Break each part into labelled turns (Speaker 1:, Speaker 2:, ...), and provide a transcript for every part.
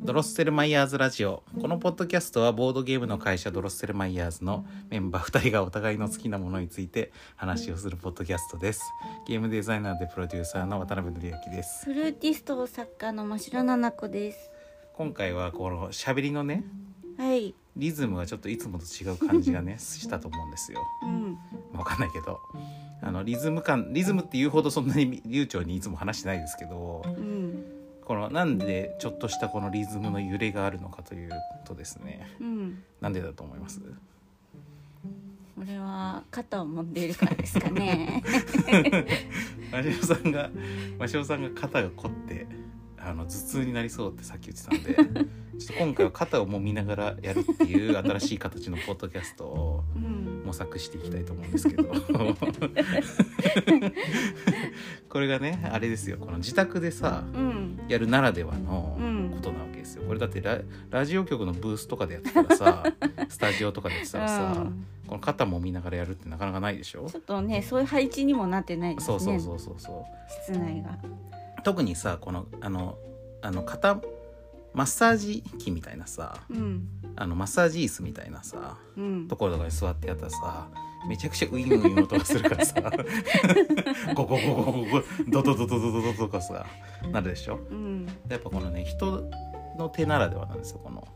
Speaker 1: ドロッセルマイヤーズラジオこのポッドキャストはボードゲームの会社ドロッセルマイヤーズのメンバー2人がお互いの好きなものについて話をするポッドキャストですゲームデザイナーでプロデューサーの渡辺則明です
Speaker 2: フルーティスト作家の真白なな子です。
Speaker 1: 今回はこの喋りのね
Speaker 2: はい、
Speaker 1: リズムがちょっといつもと違う感じがねしたと思うんですよ
Speaker 2: うん、
Speaker 1: まあわかんないけどあのリズム感リズムっていうほどそんなに 流暢にいつも話してないですけど
Speaker 2: うん、
Speaker 1: このなんでちょっとしたこのリズムの揺れがあるのかということですね
Speaker 2: うん。
Speaker 1: なんでだと思います
Speaker 2: これは肩を持っているからですかね。
Speaker 1: マシオさんがマシオさんが肩が凝ってあの頭痛になりそうってさっき言ってたん でちょっと今回は肩を揉みながらやるっていう新しい形のポッドキャストを
Speaker 2: うん、
Speaker 1: 模索していきたいと思うんですけ どこれがねあれですよこの自宅でさ
Speaker 2: うん、
Speaker 1: やるならではの
Speaker 2: うん
Speaker 1: ことなわけですよこれだってララジオ局のブースとかでやってたら さスタジオとかでやってたらさ、
Speaker 2: うん
Speaker 1: この肩揉みながらやるってなかなかないでしょ
Speaker 2: ちょっとね、そういう配置にもなってないです
Speaker 1: そ
Speaker 2: ね。
Speaker 1: うそうそうそうそう
Speaker 2: 室内が。
Speaker 1: 特にさこのあのあの肩マッサージ機みたいなさ
Speaker 2: うん、
Speaker 1: あのマッサージ椅子みたいなさ
Speaker 2: うん
Speaker 1: と。ころとかに座ってやったらさめちゃくちゃウィンウィン音がするからさゴゴゴゴゴゴドドドドドドドとかさなるでしょ
Speaker 2: うん、
Speaker 1: やっぱこのね人の手ならではなんですよこの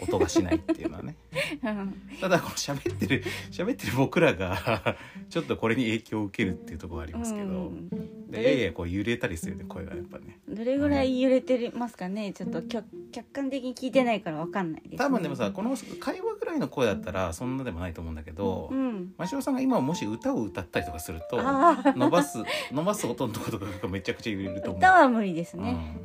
Speaker 1: 音がしないっていうのはね
Speaker 2: うん
Speaker 1: ただこの喋ってる喋ってる僕らがちょっとこれに影響を受けるっていうところはありますけど、
Speaker 2: うん
Speaker 1: でいやいやこう揺れたりするよね声がやっぱね
Speaker 2: どれぐらい揺れてますかね、ちょっと客客観的に聞いてないからわかんないです、ね。
Speaker 1: 多分でもさこの会話ぐらいの声だったらそんなでもないと思うんだけど、
Speaker 2: うん、
Speaker 1: 真汐さんが今もし歌を歌ったりとかすると
Speaker 2: ああ、
Speaker 1: 伸ばす 伸ばす音のとことかがめちゃくちゃ揺れると思う。
Speaker 2: 歌は無理です
Speaker 1: うん
Speaker 2: ね。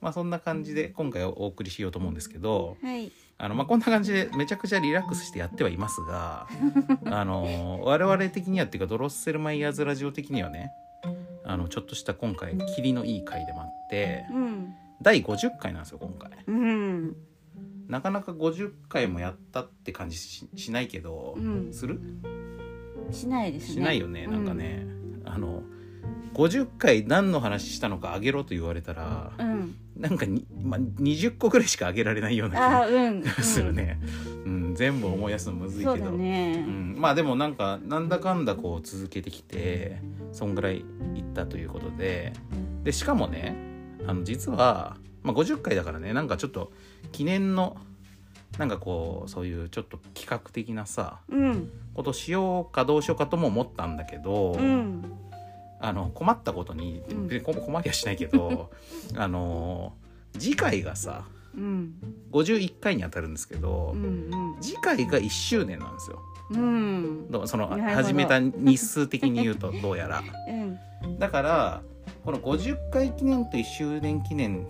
Speaker 1: まあそんな感じで今回お送りしようと思うんですけど
Speaker 2: はい、
Speaker 1: あのまあこんな感じでめちゃくちゃリラックスしてやってはいます があの我々的にはっていうかドロッセルマイヤーズラジオ的にはねあのちょっとした今回キリのいい回でもあって
Speaker 2: うん、
Speaker 1: 第50回なんですよ今回。
Speaker 2: うん、
Speaker 1: なかなか50回もやったって感じししないけど、
Speaker 2: うん
Speaker 1: する
Speaker 2: しないですね。
Speaker 1: しないよね、なんかねあの50回何の話したのかあげろと言われたら、
Speaker 2: うん。うん。
Speaker 1: なんかに、まあ、20個ぐらいしかあげられないよう
Speaker 2: あ
Speaker 1: な
Speaker 2: ーうん、
Speaker 1: 気が するね、うん全部思い出すのむ
Speaker 2: う
Speaker 1: ず
Speaker 2: ん、
Speaker 1: い
Speaker 2: そ
Speaker 1: け
Speaker 2: うだ
Speaker 1: ど、う
Speaker 2: ね、
Speaker 1: ん、まあでもなんかなんだかんだこう続けてきてそんぐらいいったということででしかもねあの実は、まあ、50回だからねなんかちょっと記念のなんかこうそういうちょっと企画的なさ
Speaker 2: うん
Speaker 1: ことしようかどうしようかとも思ったんだけど、
Speaker 2: うん
Speaker 1: あの困ったことに
Speaker 2: うん
Speaker 1: 別に困困りはしないけ どあの次回がさ
Speaker 2: うん
Speaker 1: 51回にあたるんですけど、
Speaker 2: うん
Speaker 1: 次回が1周年なんですよ。
Speaker 2: うんうん
Speaker 1: どうその
Speaker 2: なるほど
Speaker 1: 始めた日数的に言うと どうやら
Speaker 2: うん
Speaker 1: だからこの50回記念と1周年記念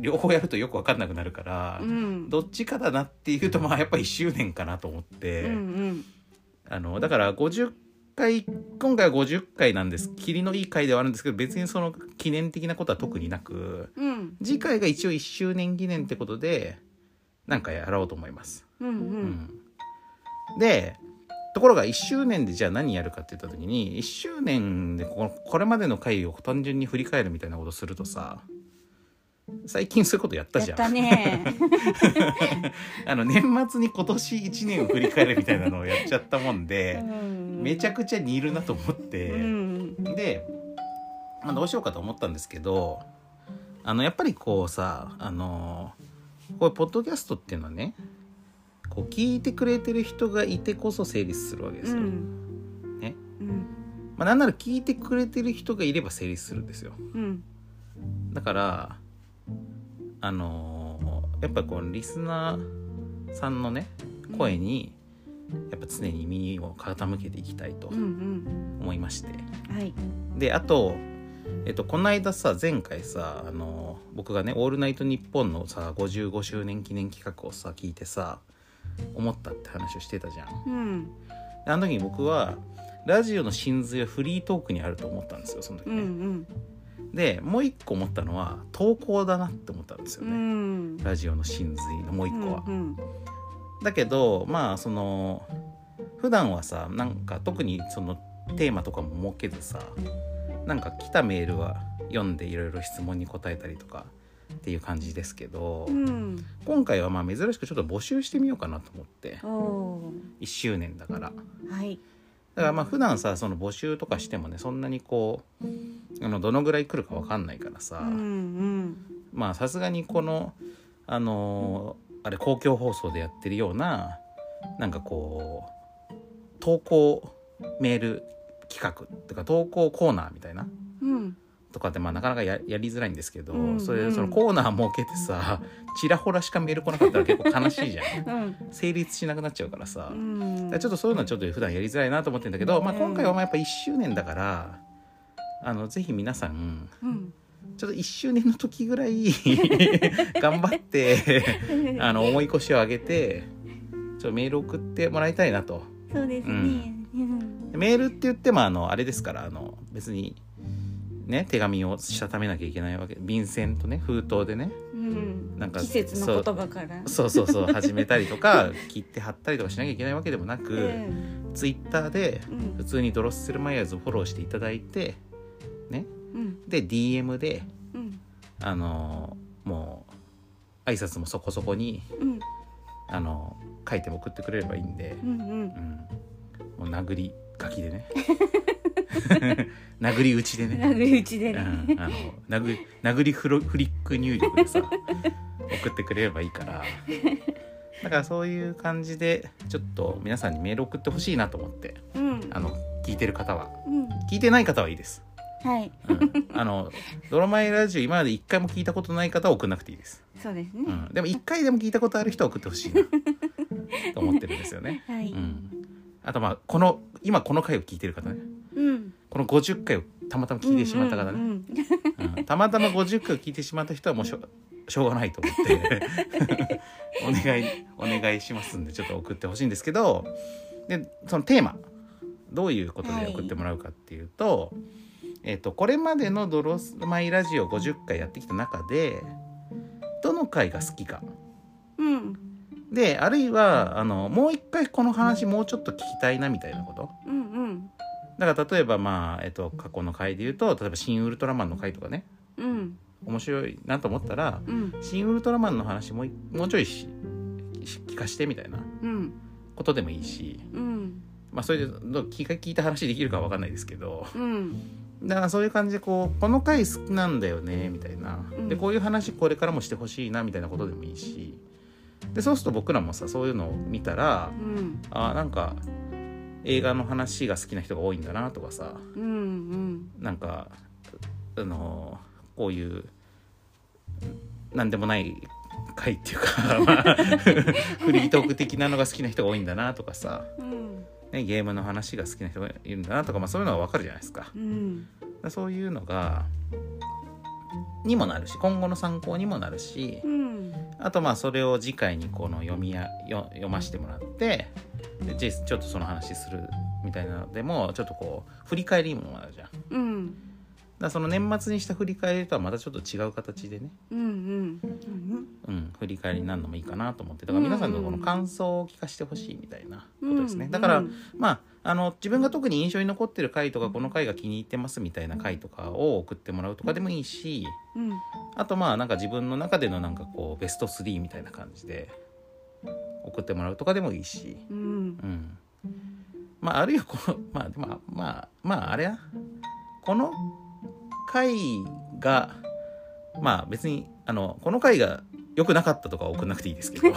Speaker 1: 両方やるとよく分かんなくなるから、
Speaker 2: うん
Speaker 1: どっちかだなっていうとまあやっぱ1周年かなと思って、
Speaker 2: うん
Speaker 1: あのだから50回今回は50回なんです霧のいい回ではあるんですけど別にその記念的なことは特になく
Speaker 2: うんうん
Speaker 1: 次回が一応1周年記念ってことでなんかやろうと思います。
Speaker 2: うんうん
Speaker 1: うんでところが1周年でじゃあ何やるかって言った時に1周年でこのこれまでの回を単純に振り返るみたいなことするとさ最近そういうことやった
Speaker 2: やっ
Speaker 1: じゃん
Speaker 2: たね
Speaker 1: あの年末に今年1年を振り返るみたいなのをやっちゃったもんで、 めちゃく
Speaker 2: く
Speaker 1: ちゃ似るなと思って、
Speaker 2: うん
Speaker 1: で、まあ、どうしようかと思ったんですけどあのやっぱりこうさあのこういうポッドキャストっていうのはねこう聞いてくれてる人がいてこそ成立するわけで
Speaker 2: う
Speaker 1: すよ。
Speaker 2: ん
Speaker 1: ね
Speaker 2: うん
Speaker 1: まあ、なんなら聞いてくれてる人がいれば成立するんですよ。
Speaker 2: うん
Speaker 1: だからあのやっぱこうリスナーさんのね声にやっぱ常に耳を傾けていきたいと
Speaker 2: うんうん
Speaker 1: 思いまして。
Speaker 2: はい
Speaker 1: であと、えっと、この間さ前回さあの僕がね「オールナイトニッポン」のさ55周年記念企画をさ聞いてさ思ったって話をしてたじゃん。
Speaker 2: うん
Speaker 1: であの時に僕はラジオの真髄はフリートークにあると思ったんですよその時
Speaker 2: う
Speaker 1: ね。
Speaker 2: ん
Speaker 1: でもう一個思ったのは投稿だなって思ったんです
Speaker 2: う
Speaker 1: よね。
Speaker 2: ん
Speaker 1: ラジオの真髄のもう一個は。
Speaker 2: うん
Speaker 1: だけどまあその普段はさなんか特にそのテーマとかも設けずさなんか来たメールは読んでいろいろ質問に答えたりとかっていう感じですけど、
Speaker 2: うん。
Speaker 1: 今回はまあ珍しくちょっと募集してみようかなと思って
Speaker 2: おお
Speaker 1: 1周年だから
Speaker 2: ー。はい。
Speaker 1: だからまあ普段さその募集とかしてもねそんなにこうあのどのぐらい来るかわかんないからさ、
Speaker 2: うんうん。
Speaker 1: まあさすがにこのあのーあれ公共放送でやってるようななんかこう投稿メール企画とか投稿コーナーみたいな
Speaker 2: うん。
Speaker 1: とかってまあなかなかややりづらいんですけど、
Speaker 2: うん
Speaker 1: それ
Speaker 2: うん
Speaker 1: そのコーナー設けてさちらほらしかメール来なかったら結構悲しいじゃん
Speaker 2: うん。
Speaker 1: 成立しなくなっちゃうからさ、
Speaker 2: うん。
Speaker 1: ちょっとそういうのはちょっと普段やりづらいなと思ってんだけど、まあ、今回はまあやっぱ1周年だからあのぜひ皆さん
Speaker 2: うん。
Speaker 1: ちょっと1周年の時ぐらい頑張って あの重い腰を上げてちょっとメール送ってもらいたいなと。
Speaker 2: そうですね。うん。
Speaker 1: メールって言ってもあのあれですからあの別にね手紙をしたためなきゃいけないわけ便箋とね封筒でね
Speaker 2: うん。
Speaker 1: なんか
Speaker 2: 季節の言葉から。
Speaker 1: そうそうそう始めたりとか切って貼ったりとかしなきゃいけないわけでもなく、
Speaker 2: うん。
Speaker 1: ツイッターで
Speaker 2: うん
Speaker 1: 普通にドロッセルマイヤーズをフォローしていただいて
Speaker 2: うん。
Speaker 1: で DM で
Speaker 2: うん。
Speaker 1: あのもう挨拶もそこそこに
Speaker 2: うん。
Speaker 1: あの書いて送ってくれればいいんで、
Speaker 2: うん。うん
Speaker 1: う。ん、もう殴り書きでね 殴り打ちでね
Speaker 2: 殴り打ちで
Speaker 1: う
Speaker 2: ね。
Speaker 1: ん、あの殴り殴りフロフリック入力でさ送ってくれればいいからだからそういう感じでちょっと皆さんにメール送ってほしいなと思って
Speaker 2: うん。
Speaker 1: あの聞いてる方は
Speaker 2: うん。
Speaker 1: 聞いてない方はいいです、
Speaker 2: はい。
Speaker 1: うん、あの「ドロマイラジオ」今まで一回も聞いたことない方は送んなくていいです、
Speaker 2: そうです
Speaker 1: う
Speaker 2: ね。
Speaker 1: ん、でも一回でも聞いたことある人は送ってほしいなと思ってるんですよね、
Speaker 2: は
Speaker 1: う
Speaker 2: い。
Speaker 1: ん、あとまあこの今この回を聞いてる方ね
Speaker 2: うん。
Speaker 1: この50回をたまたま聞いてしまった方ね、
Speaker 2: うんうんうん
Speaker 1: うんたまたま50回を聞いてしまった人はもうしょしょうがないと思って お願いお願いしますんでちょっと送ってほしいんですけどでそのテーマどういうことで送ってもらうかっていうと,、えっとこれまでの「ドロスマイラジオ」50回やってきた中でどの回が好きか
Speaker 2: うん。
Speaker 1: であるいはあのもう一回この話もうちょっと聞きたいなみたいなこと
Speaker 2: うん。うん。
Speaker 1: だから例えばまあ、えっと過去の回で言うと例えば「新ウルトラマン」の回とかね
Speaker 2: うん。
Speaker 1: 面白いなと思ったら
Speaker 2: うん。
Speaker 1: 新ウルトラマンの話もういもうちょいしし聞かしてみたいな
Speaker 2: うん。
Speaker 1: ことでもいいし、
Speaker 2: うん。
Speaker 1: まあ、それでどう聞か聞いた話できるかは分かんないですけど
Speaker 2: うん。
Speaker 1: だからそういう感じでこうこの回好きなんだよねみたいな
Speaker 2: うん
Speaker 1: でこういう話これからもしてほしいなみたいなことでもいいしでそうすると僕らもさそういうのを見たら
Speaker 2: うん。
Speaker 1: あーなんか映画の話が好きな人が多いんだなとかさ
Speaker 2: うん。
Speaker 1: なんかあのこういうなんでもない回っていうか、 まあフリートーク的なのが好きな人が多いんだなとかさ、
Speaker 2: うん。
Speaker 1: ね、ゲームの話が好きな人がいるんだなとか、まあ、そういうのが分かるじゃないですかだか
Speaker 2: うん。
Speaker 1: らそういうのがにもなるし今後の参考にもなるし
Speaker 2: うん。
Speaker 1: あとまあそれを次回にこの読みやよ読ませてもらってでじちょっとその話するみたいなのでもちょっとこう振り返りにもなるじゃん。
Speaker 2: うん。
Speaker 1: だからその年末にした振り返りとはまたちょっと違う形でね、
Speaker 2: うん。
Speaker 1: うん、振り返りになるのもいいかなと思ってだから皆さんのこの感想を聞かせてほしいみたいなことですね、だから、まああの自分が特に印象に残ってる回とかこの回が気に入ってますみたいな回とかを送ってもらうとかでもいいし
Speaker 2: うん。
Speaker 1: あとまあなんか自分の中でのなんかこうベスト3みたいな感じで送ってもらうとかでもいいし、
Speaker 2: うん。
Speaker 1: うん、まああるいはこのまあまあまあまああれやこの回がまあ別にあのこの回が良くなかったとかは送んなくていいですけど で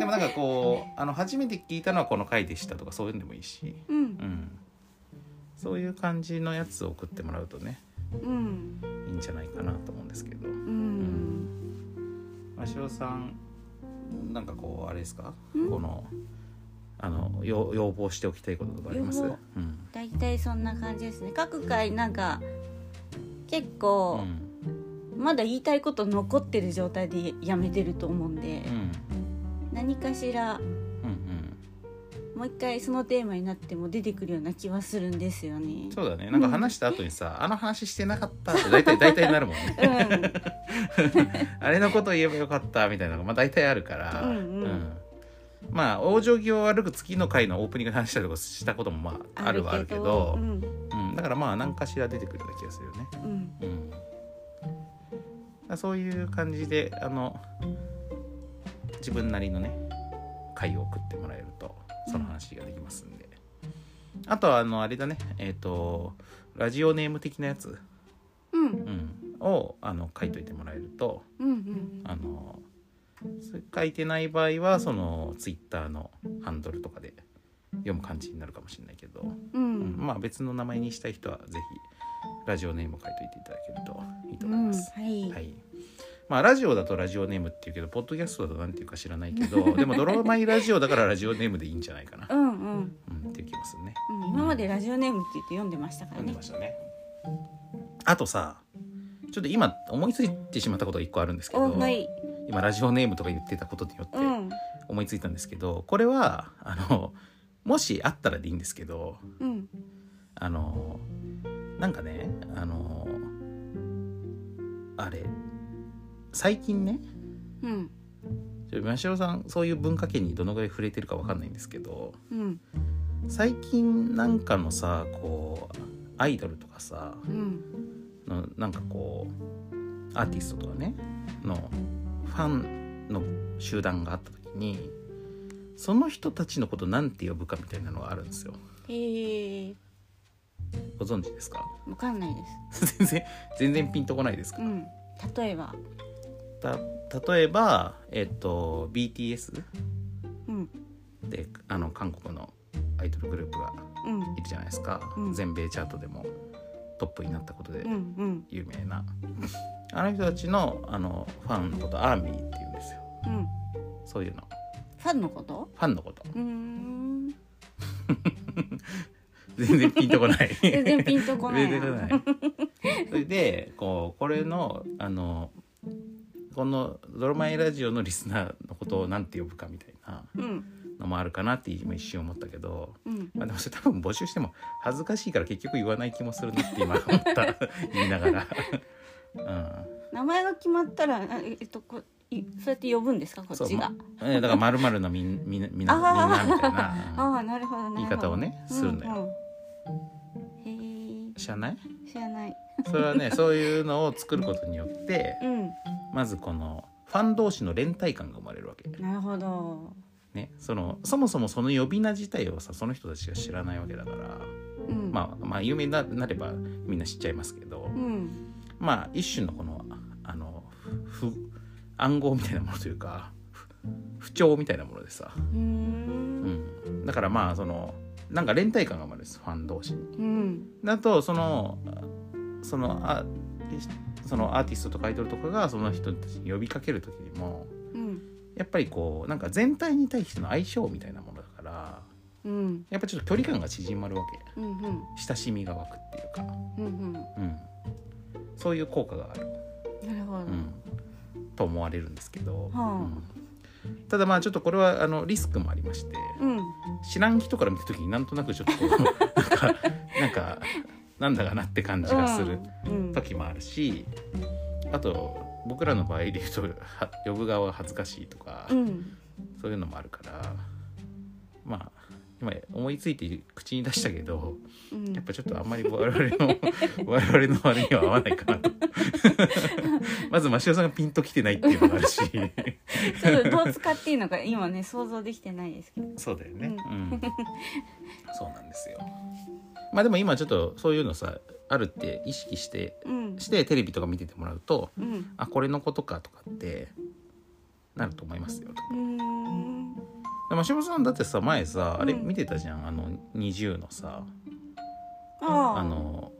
Speaker 1: もなんかこうあの初めて聞いたのはこの回でしたとかそういうのでもいいし、
Speaker 2: うん
Speaker 1: う。ん、そういう感じのやつを送ってもらうとね
Speaker 2: うん。
Speaker 1: いいんじゃないかなと思うんですけど
Speaker 2: うん。
Speaker 1: ましろさんなんかこうあれですか
Speaker 2: うん
Speaker 1: このあの要要望しておきたいこととかあります
Speaker 2: 要望
Speaker 1: うん
Speaker 2: 大体そんな感じですね。各回なんか。結
Speaker 1: う
Speaker 2: 構、
Speaker 1: ん
Speaker 2: まだ言いたいこと残ってる状態でやめてると思うんで、
Speaker 1: うん
Speaker 2: 何かしら
Speaker 1: うん
Speaker 2: もう一回そのテーマになっても出てくるような気はするんですよね
Speaker 1: うん。そうだねなんか話した後にさ、あの話してなかったって大体大体なるもんね
Speaker 2: う
Speaker 1: あれのこと言えばよかったみたいなのが、まあ、大体あるから、
Speaker 2: うんうん
Speaker 1: まあ往生際を歩く月の回のオープニングの話したりとかしたこともまあ
Speaker 2: ん、
Speaker 1: あるはあるけど
Speaker 2: う、ん
Speaker 1: うんだからまあ何かしら出てくるような気がするよね。
Speaker 2: うん
Speaker 1: うん、らそういう感じであの自分なりのね回を送ってもらえるとその話ができますんで、あとはあのあれだねえっ、とラジオネーム的なやつ、
Speaker 2: うん
Speaker 1: うん、をあの書いといてもらえると
Speaker 2: うんうん
Speaker 1: あのそれ書いてない場合はそのツイッターのハンドルとかで読む感じになるかもしれないけど、う
Speaker 2: う
Speaker 1: ん
Speaker 2: ん
Speaker 1: まあ別の名前にしたい人はぜひラジオネームを書いといていただけるといいと
Speaker 2: う
Speaker 1: 思い
Speaker 2: ん
Speaker 1: ます。
Speaker 2: はい
Speaker 1: はいまあ、ラジオだとラジオネームっていうけどポッドキャストだとなんていうか知らないけ どでも「ドロマイラジオ」だからラジオネームでいいんじゃないかな、
Speaker 2: うんうん
Speaker 1: うん、っていう気もするね
Speaker 2: うん今までラジオネームって言って読んでましたか
Speaker 1: 読
Speaker 2: ら
Speaker 1: んで
Speaker 2: ね
Speaker 1: ましたねあとさちょっと今思いついてしまったことが1個あるんですけど、
Speaker 2: おはい
Speaker 1: 今ラジオネームとか言ってたことによって
Speaker 2: うん
Speaker 1: 思いついたんですけど、これはあのもしあったらでいいんですけど
Speaker 2: うん
Speaker 1: あのなんかねあのあれ最近ね
Speaker 2: うん
Speaker 1: ちょ真城さんそういう文化圏にどのぐらい触れてるかわかんないんですけど
Speaker 2: うん
Speaker 1: 最近なんかのさこうアイドルとかさ
Speaker 2: うん
Speaker 1: のなんかこうアーティストとかねのファンの集団があった時にその人たちのことなんて呼ぶかみたいなのがあるんですよ
Speaker 2: へえ
Speaker 1: ご存知ですか
Speaker 2: わかんないです
Speaker 1: 全然全然ピンとこないですか、
Speaker 2: うん例えば
Speaker 1: た例えばえっと BTS
Speaker 2: うん
Speaker 1: であの韓国のアイドルグループが
Speaker 2: うん
Speaker 1: いるじゃないですか、
Speaker 2: うん
Speaker 1: 全米チャートでもトップになったことで
Speaker 2: うんうん
Speaker 1: 有名な、あの人たちのあのファンのことアーミーって言うんですよ
Speaker 2: うん
Speaker 1: そういうの
Speaker 2: ファンのこと
Speaker 1: ファンのこと
Speaker 2: うーん
Speaker 1: 全然ピンとこない
Speaker 2: 全然ピンとこない
Speaker 1: 全然ピンとこないそれでこうこれのあのこの「ドロマイラジオ」のリスナーのことをなんて呼ぶかみたいな
Speaker 2: うん
Speaker 1: のもあるかなって今一瞬思ったけど
Speaker 2: うん
Speaker 1: まあ、でもそれ多分募集しても恥ずかしいから結局言わない気もするなって今思った 言いながら、
Speaker 2: 名前が決まったらあええっとこいそうやって呼ぶんですかこ
Speaker 1: うん、
Speaker 2: っちが
Speaker 1: まえだから〇〇のみ んみんなみんなみん
Speaker 2: あ
Speaker 1: な
Speaker 2: ー
Speaker 1: みたいな、
Speaker 2: ああなるほどなるほど
Speaker 1: 言い方をねするのよ
Speaker 2: よ、うんうんへ
Speaker 1: うん、知らない
Speaker 2: え知らない
Speaker 1: それは ねそういうのを作ることによって
Speaker 2: うん
Speaker 1: まずこのファン同士の連帯感が生まれるわけ、
Speaker 2: なるほど
Speaker 1: ね、そのそもそもその呼び名自体をさその人たちが知らないわけだから、
Speaker 2: うん
Speaker 1: まあ、まあ有名にななればみんな知っちゃいますけど、
Speaker 2: うん
Speaker 1: まあ一種のこのあのふふ暗号みたいなものというかふ不調みたいなものでさ、
Speaker 2: うー
Speaker 1: うんん、だからまあそのなんか連帯感が生まれるんですファン同士に。
Speaker 2: うん
Speaker 1: だとそのそのあそのアーティストとかアイドルとかがその人たちに呼びかける時にも
Speaker 2: うん
Speaker 1: やっぱりこうなんか全体に対しての相性みたいなものだから
Speaker 2: うん
Speaker 1: やっぱちょっと距離感が縮まるわけ
Speaker 2: うんうん
Speaker 1: 親しみが湧くっていうか、
Speaker 2: うんうんな
Speaker 1: うん、そういう効果がある。
Speaker 2: るほど、
Speaker 1: うん、と思われるんですけど、
Speaker 2: は
Speaker 1: うんただまあちょっとこれはあのリスクもありまして、
Speaker 2: うん
Speaker 1: 知らん人から見た時になんとなくちょっとなんかなんかなんだかなって感じがする
Speaker 2: うん
Speaker 1: 時もあるし、あと僕らの場合で言うと は呼ぶ側が恥ずかしいとか、
Speaker 2: うん
Speaker 1: そういうのもあるからまあ今思いついて口に出したけど
Speaker 2: うん
Speaker 1: やっぱちょっとあんまり我々 の我々の割には合わないかなと まず増尾さんがピンときてないっていうのがあるし
Speaker 2: ちょっとどう使っていいのか今ね想像できてないですけ ど
Speaker 1: そうだよ
Speaker 2: う
Speaker 1: ね
Speaker 2: ん、
Speaker 1: う ん、そうなんですよまあでも今ちょっとそういうのさあるって意識して
Speaker 2: うん
Speaker 1: してテレビとか見ててもらうと
Speaker 2: うん
Speaker 1: あこれのことかとかってなると思いますよ
Speaker 2: うーん
Speaker 1: で増尾さんだってさ前さあれ
Speaker 2: うん
Speaker 1: 見てたじゃんあの NiziU のさ
Speaker 2: ああ
Speaker 1: あの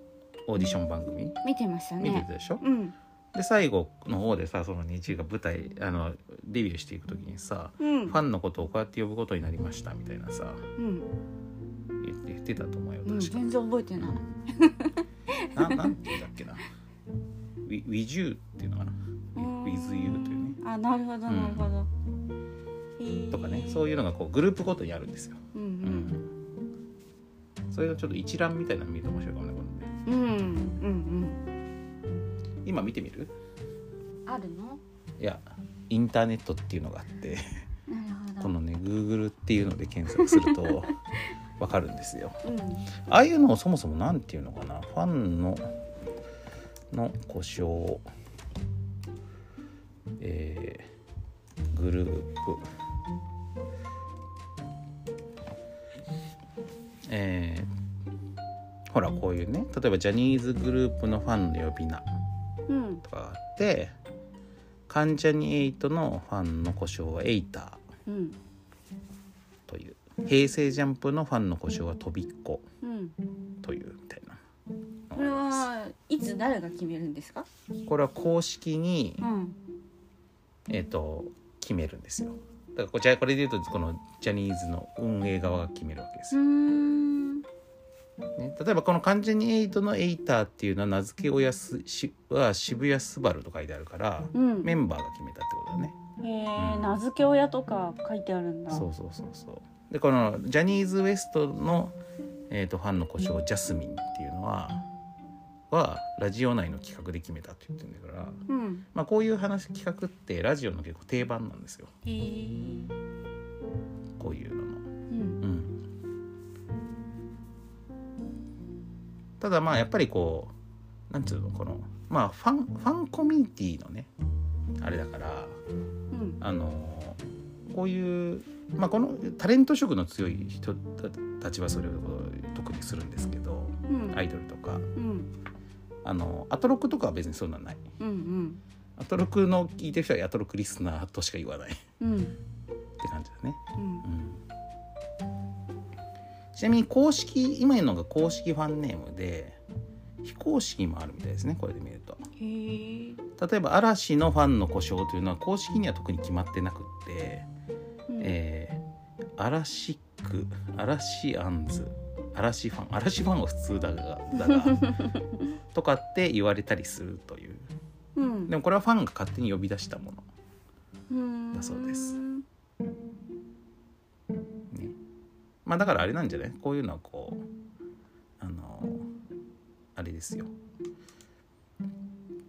Speaker 1: オーディション番組
Speaker 2: 見てました
Speaker 1: 見て
Speaker 2: ね
Speaker 1: たでしょ
Speaker 2: うん
Speaker 1: で最後の方でさその日が舞台あのデビューしていく時にさ
Speaker 2: うん
Speaker 1: ファンのことをこうやって呼ぶことになりましたみたいなさ
Speaker 2: うん
Speaker 1: 言って言ってたと思うよ
Speaker 2: うん、
Speaker 1: 確か、
Speaker 2: 全然覚えてない。
Speaker 1: ななんて言うんだっけな「ウィ i t h y っていうのかな「
Speaker 2: うーん
Speaker 1: WithYou」というね
Speaker 2: あ、なるほど、なるほど。
Speaker 1: とかねそう
Speaker 2: い
Speaker 1: いうのがこうグループごとにあるんですよ、
Speaker 2: う。う、
Speaker 1: うんん、それがちょっと一覧みたいなの見ると面白いかもねこれね
Speaker 2: うん、うん、うん、
Speaker 1: 今見てみる
Speaker 2: うん。あるの。
Speaker 1: いやインターネットっていうのがあって
Speaker 2: なる
Speaker 1: こ
Speaker 2: ほど。
Speaker 1: のね Google っていうので検索するとわかるんですよ
Speaker 2: うん、
Speaker 1: ああいうのをそもそもなんていうのかなファンのの故障えーグループえーほらこういうね例えばジャニーズグループのファンの呼び名
Speaker 2: うん
Speaker 1: とかがあって関ジャニエイトのファンの故障はエイタ
Speaker 2: うん
Speaker 1: ーという平成ジャンプのファンの故障はとびっこ
Speaker 2: うん
Speaker 1: というみたいなの
Speaker 2: こ
Speaker 1: があ
Speaker 2: れ
Speaker 1: ります
Speaker 2: はいつ誰が決めるんですか
Speaker 1: これは公式に、
Speaker 2: うん
Speaker 1: えっと決めるんですよだからこちらこれで言うとこのジャニーズの運営側が決めるわけです
Speaker 2: うー
Speaker 1: よ、
Speaker 2: ん
Speaker 1: ね、例えばこの関ジャニエイトのエイターっていうのは名付け親すしは渋谷スバルと書いてあるから、
Speaker 2: うん
Speaker 1: メ
Speaker 2: へ
Speaker 1: ンバーが決めたってことだね
Speaker 2: え名付け親とか書いてあるんだ
Speaker 1: そうそうそうそうでこのジャニーズ WEST の、えー、とファンの故障ジャスミンっていうのははラジオ内の企画で決めたって言ってるんだから、
Speaker 2: うん
Speaker 1: まあ、こういう話企画ってラジオの結構定番なんですよ
Speaker 2: へえ
Speaker 1: こういうのの。
Speaker 2: うん
Speaker 1: うん、ただまあやっぱりこうなんつうのこのまあファンファンコミュニティのねあれだから
Speaker 2: うん
Speaker 1: あのこういう、まあ、このタレント色の強い人たたちはそれを特にするんですけど
Speaker 2: うん
Speaker 1: アイドルとか
Speaker 2: うん
Speaker 1: あのアトロックとかは別にそんなんない
Speaker 2: うんうん
Speaker 1: アトロックの聞いてる人はアトロックリスナーとしか言わないっ
Speaker 2: うん
Speaker 1: て感じだね、
Speaker 2: う
Speaker 1: うん、
Speaker 2: ん
Speaker 1: ちなみに公式今のが公式ファンネームで非公式もあるみたいですねこれで見ると
Speaker 2: へえ
Speaker 1: 例えば嵐のファンの故障というのは公式には特に決まってなくって
Speaker 2: うん
Speaker 1: えー、アラシックアラシアンズアラシファンアラシファンは普通だがだがとかって言われたりするという
Speaker 2: うん
Speaker 1: でもこれはファンが勝手に呼び出したもの、
Speaker 2: うん
Speaker 1: だそうですね、まあだからあれなんじゃないこういうのはこうあのあれですよ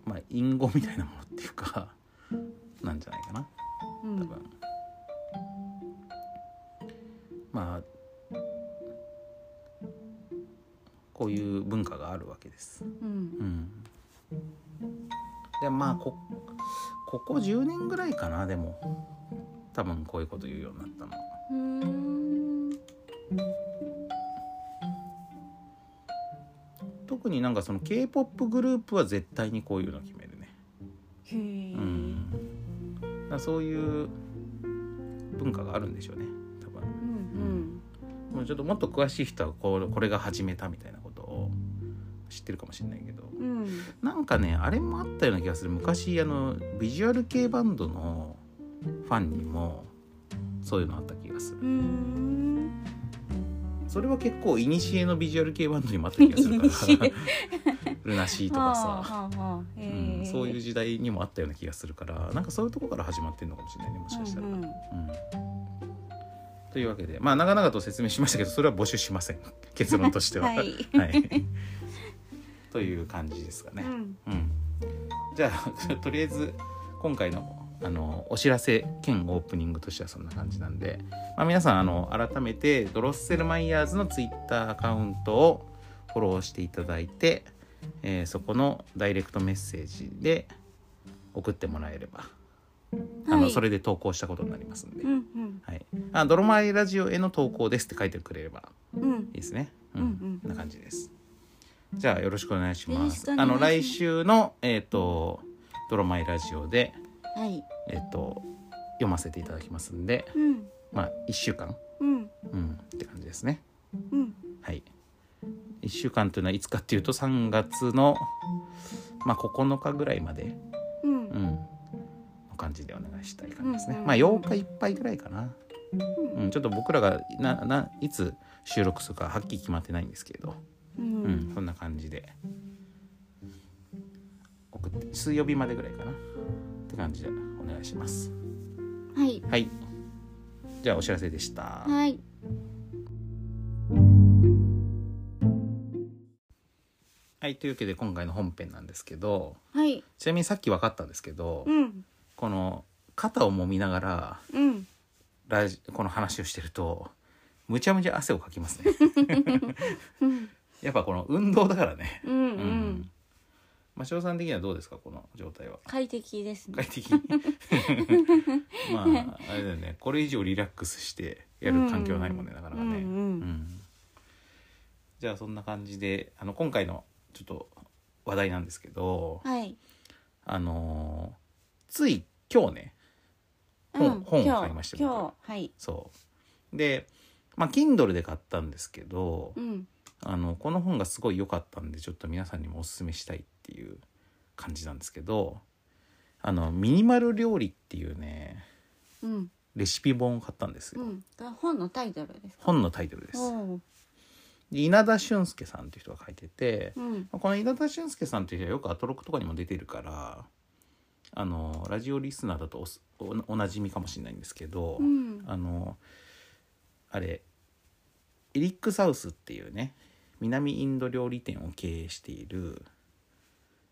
Speaker 1: まあ隠語みたいなものっていうかなんじゃないかな
Speaker 2: う
Speaker 1: 多
Speaker 2: ん
Speaker 1: 分、まあこういう文化があるわけです。
Speaker 2: うん
Speaker 1: うん、でまあこここ10年ぐらいかなでも多分こういうこと言うようになったの。
Speaker 2: うん
Speaker 1: 特になんかその k p o p グループは絶対にこういうの決めるね。
Speaker 2: へえ
Speaker 1: うん、だからそういう文化があるんでしょうね多分。
Speaker 2: うん
Speaker 1: もうちょっともっと詳しい人はこうこれが始めたみたいなことを知ってるかもしれないけど
Speaker 2: うんうん
Speaker 1: なんかねあれもあったような気がする昔あのビジュアル系バンドのファンにもそういうのあった気がする
Speaker 2: うん
Speaker 1: それは結構いにしえのビジュアル系バンドにもあった気がする から
Speaker 2: 古
Speaker 1: ルナシーとかさ、
Speaker 2: はあはあへ
Speaker 1: う
Speaker 2: え
Speaker 1: ん、そういう時代にもあったような気がするからなんかそういうとこから始まってるのかもしれないねもしかしたら。
Speaker 2: う
Speaker 1: うん
Speaker 2: うんん
Speaker 1: というわけでまあ長々と説明しましたけどそれは募集しません結論としては。
Speaker 2: はい
Speaker 1: はい、 という感じですか
Speaker 2: う
Speaker 1: ね。
Speaker 2: ん
Speaker 1: うん、じゃあ とりあえず今回のあのお知らせ兼オープニングとしてはそんな感じなんで、まあ、皆さんあの改めてドロッセルマイヤーズのツイッターアカウントをフォローしていただいて、えーそこのダイレクトメッセージで送ってもらえれば、あ
Speaker 2: は
Speaker 1: の
Speaker 2: い
Speaker 1: それで投稿したことになりますんで、
Speaker 2: うん
Speaker 1: はい、あドロマイラジオへの投稿ですって書いてくれれば
Speaker 2: うんうん
Speaker 1: いいですね。
Speaker 2: うんうん
Speaker 1: こんな感じです。じゃあよろしくお願いし
Speaker 2: よ
Speaker 1: ま
Speaker 2: ろし
Speaker 1: す。
Speaker 2: くお願いしま
Speaker 1: あ
Speaker 2: す
Speaker 1: の来週のえっ、とドロマイラジオで
Speaker 2: はい
Speaker 1: えっ、と読ませていただきますんで、
Speaker 2: うん
Speaker 1: まあ一週間、
Speaker 2: う
Speaker 1: う
Speaker 2: ん
Speaker 1: んって感じですね。
Speaker 2: うん
Speaker 1: はい。一週間というのはいつかっていうと3月のまあ9日ぐらいまで、
Speaker 2: う
Speaker 1: うんん、の感じでお願いしたい感じですね
Speaker 2: うん。うん
Speaker 1: まあ8日いっぱいぐらいかな。うん、ちょっと僕らがなないつ収録するかはっきり決まってないんですけれど。
Speaker 2: う
Speaker 1: うんん、そんな感じで送って水曜日までぐらいかなって感じでお願いします
Speaker 2: はい
Speaker 1: はいじゃあお知らせでした、
Speaker 2: はい
Speaker 1: はいというわけで今回の本編なんですけど
Speaker 2: はい
Speaker 1: ちなみにさっき分かったんですけど、
Speaker 2: うん
Speaker 1: この肩を揉みながら
Speaker 2: うん
Speaker 1: ラジこの話をしてるとむちゃむちゃ汗をかきます ね
Speaker 2: うん
Speaker 1: やっぱこの運動だからね
Speaker 2: うんう
Speaker 1: うんマシオさん的にはどうですかこの状態は
Speaker 2: 快適ですね
Speaker 1: 快適 まああれだよねこれ以上リラックスしてやる環境ないもんねなかなかね、
Speaker 2: うんうん
Speaker 1: うんじゃあそんな感じであの今回のちょっと話題なんですけど、
Speaker 2: はい、
Speaker 1: あのーつい今日ね
Speaker 2: うん、
Speaker 1: 本本を買いました
Speaker 2: 今日
Speaker 1: 僕
Speaker 2: 今日はい
Speaker 1: そうでまあ Kindle で買ったんですけど、
Speaker 2: うん
Speaker 1: あのこの本がすごい良かったんでちょっと皆さんにもおすすめしたいっていう感じなんですけどあのミニマル料理っていうね
Speaker 2: うん
Speaker 1: レシピ本を買ったんです
Speaker 2: う
Speaker 1: よ、
Speaker 2: んが本のタイトルですか
Speaker 1: 本のタイトルです
Speaker 2: おう
Speaker 1: で稲田俊介さんっていう人が書いてて
Speaker 2: うん
Speaker 1: この稲田俊介さんっていう人はよくアトロクとかにも出てるからあのラジオリスナーだとおすおおなじみかもしれないんですけど、
Speaker 2: うん
Speaker 1: あのあれエリック・サウスっていうね南インド料理店を経営している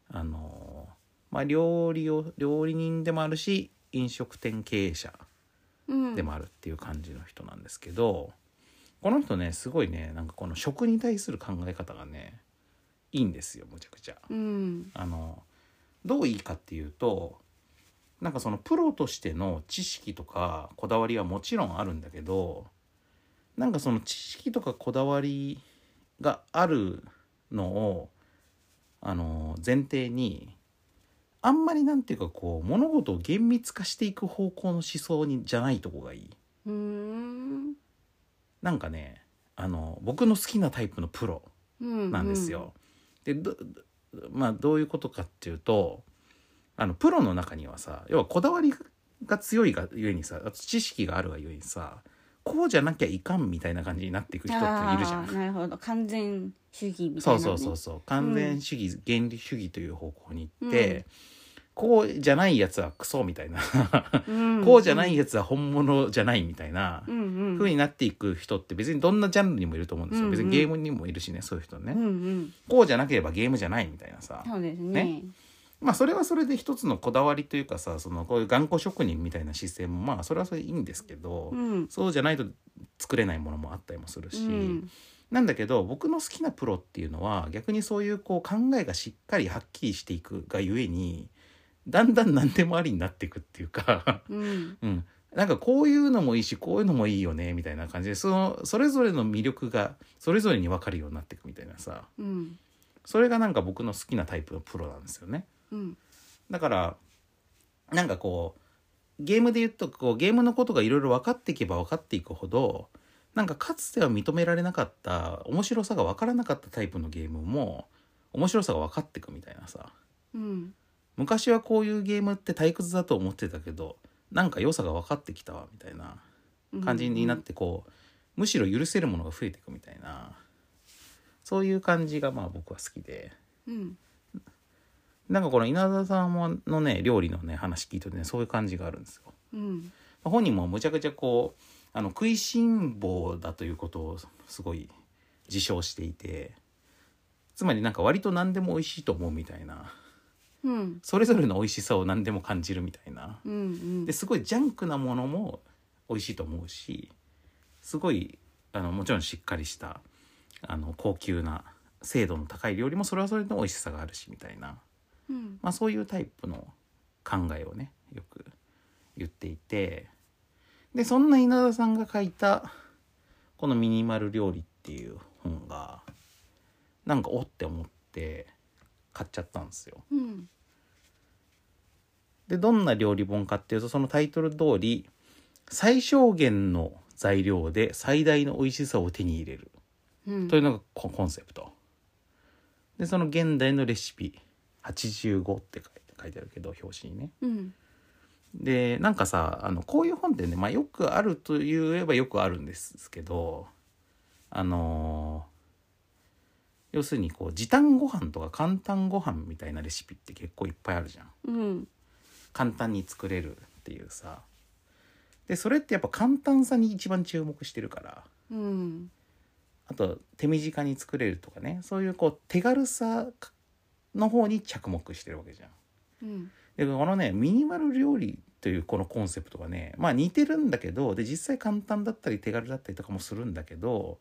Speaker 1: あのまあ料理を料理人でもあるし飲食店経営者
Speaker 2: うん
Speaker 1: でもあるっていう感じの人なんですけど、この人ねすごいねなんかこの食に対する考え方がねいいんですよむちゃくちゃ。
Speaker 2: うん
Speaker 1: あのどういいかっていうとなんかそのプロとしての知識とかこだわりはもちろんあるんだけどなんかその知識とかこだわりがあるのをあの前提にあんまりなんていうかこう物事を厳密化していく方向の思想にじゃないとこがいい。
Speaker 2: うーん
Speaker 1: なんかねあの僕の好きなタイプのプロ
Speaker 2: うん
Speaker 1: なんですよ。でどどまあどういうことかっていうとあのプロの中にはさ要はこだわりが強いがゆえにさあと知識があるがゆえにさこうじゃなきゃいかんみたいな感じになっていく人っているじゃ
Speaker 2: あ
Speaker 1: ん
Speaker 2: ー。なるほど完全主義みたい
Speaker 1: そう
Speaker 2: な、ね、
Speaker 1: そうそうそう完全主義、原理主義という方向に行って、こうじゃないやつはクソみたいな
Speaker 2: うん、
Speaker 1: こうじゃないやつは本物じゃないみたいな
Speaker 2: うんうん
Speaker 1: 風になっていく人って別にどんなジャンルにもいると思うんですよ、
Speaker 2: うんうん
Speaker 1: 別にゲームにもいるしねそういう人ね、
Speaker 2: うんうん
Speaker 1: こうじゃなければゲームじゃないみたいなさ、
Speaker 2: そうですね
Speaker 1: ねまあそれはそれで一つのこだわりというかさそのこういう頑固職人みたいな姿勢もまあそれはそれでいいんですけど、
Speaker 2: うん
Speaker 1: そうじゃないと作れないものもあったりもする
Speaker 2: う
Speaker 1: し、
Speaker 2: ん
Speaker 1: なんだけど僕の好きなプロっていうのは逆にそういうこう考えがしっかりはっきりしていくがゆえにだんだん何でもありになっていくっていうか、
Speaker 2: うん
Speaker 1: うん、なんかこういうのもいいしこういうのもいいよねみたいな感じでそのそれぞれの魅力がそれぞれに分かるようになっていくみたいなさ
Speaker 2: うん
Speaker 1: それがなんか僕の好きなタイプのプロなんですよね。
Speaker 2: うん
Speaker 1: だからなんかこうゲームで言うとこうゲームのことがいろいろ分かっていけば分かっていくほどなんかかつては認められなかった面白さが分からなかったタイプのゲームも面白さが分かっていくみたいなさ
Speaker 2: うん
Speaker 1: 昔はこういうゲームって退屈だと思ってたけどなんか良さが分かってきたわみたいな
Speaker 2: うん
Speaker 1: 感じになってこうむしろ許せるものが増えていくみたいなそういう感じがまあ僕は好きで
Speaker 2: うん
Speaker 1: なんかこの稲田さんものね料理のね話聞いててねそういう感じがあるんですよ。
Speaker 2: うん
Speaker 1: 本人もむちゃくちゃこうあの食いしん坊だということをすごい自称していてつまりなんか割と何でも美味しいと思うみたいな
Speaker 2: うん
Speaker 1: それぞれの美味しさを何でも感じるみたいな
Speaker 2: うんうん
Speaker 1: ですごいジャンクなものも美味しいと思うしすごいあのもちろんしっかりしたあの高級な精度の高い料理もそれはそれの美味しさがあるしみたいな。
Speaker 2: うん
Speaker 1: まあ、そういうタイプの考えをねよく言っていてでそんな稲田さんが書いたこの「ミニマル料理」っていう本がなんかおって思って買っちゃったんですよ。
Speaker 2: うん
Speaker 1: でどんな料理本かっていうとそのタイトル通り最小限の材料で最大の美味しさを手に入れる
Speaker 2: うん
Speaker 1: というのがココンセプトでその現代のレシピ85って書いて書いてあるけど表紙にね
Speaker 2: うん
Speaker 1: でなんかさあのこういう本ってね、まあ、よくあると言えばよくあるんですけどあのー要するにこう時短ご飯とか簡単ご飯みたいなレシピって結構いっぱいあるじゃん
Speaker 2: うん
Speaker 1: 簡単に作れるっていうさでそれってやっぱ簡単さに一番注目してるから
Speaker 2: うん
Speaker 1: あと手短に作れるとかねそういうこう手軽さの方に着目してるわけじゃん。
Speaker 2: うん
Speaker 1: でこのねミニマル料理というこのコンセプトがねまあ似てるんだけどで実際簡単だったり手軽だったりとかもするんだけど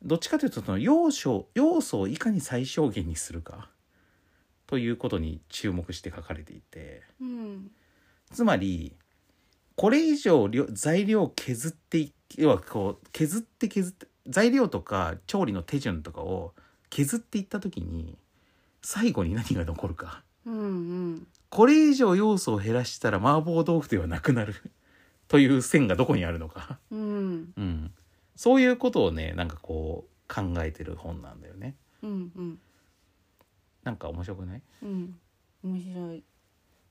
Speaker 1: どっちかというとその要素要素をいかに最小限にするかということに注目して書かれていて
Speaker 2: うん
Speaker 1: つまりこれ以上りょ材料を削ってい要はこう削って削って材料とか調理の手順とかを削っていった時に最後に何が残るか
Speaker 2: うんうん
Speaker 1: これ以上要素を減らしたら麻婆豆腐ではなくなるという線がどこにあるのか、
Speaker 2: うん
Speaker 1: うん、そういうことをねなんかこう考えてる本なんだよね。
Speaker 2: うんうん
Speaker 1: なんか面白くない
Speaker 2: うん面白い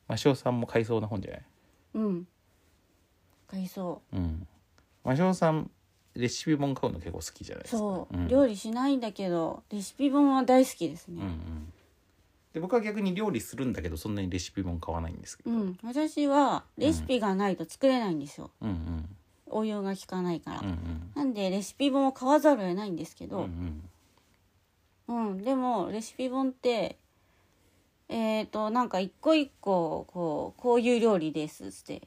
Speaker 1: マシオさんも買いそうな本じゃない
Speaker 2: うん買いそ
Speaker 1: うん。マシオさんレシピ本買うの結構好きじゃないうですか。
Speaker 2: そう、
Speaker 1: ん
Speaker 2: 料理しないんだけどレシピ本は大好きです
Speaker 1: うんう
Speaker 2: ね
Speaker 1: んで僕は逆に料理するんだけどそんなにレシピ本買わないんですけど、
Speaker 2: うん、私はレシピがないと作れないんですよ、
Speaker 1: うんうん
Speaker 2: 応用が効かないから、
Speaker 1: うんうん
Speaker 2: なんでレシピ本を買わざるを得ないんですけ
Speaker 1: うんう
Speaker 2: ど、
Speaker 1: ん
Speaker 2: うんでもレシピ本ってえっ、となんか一個一個こうこういう料理ですって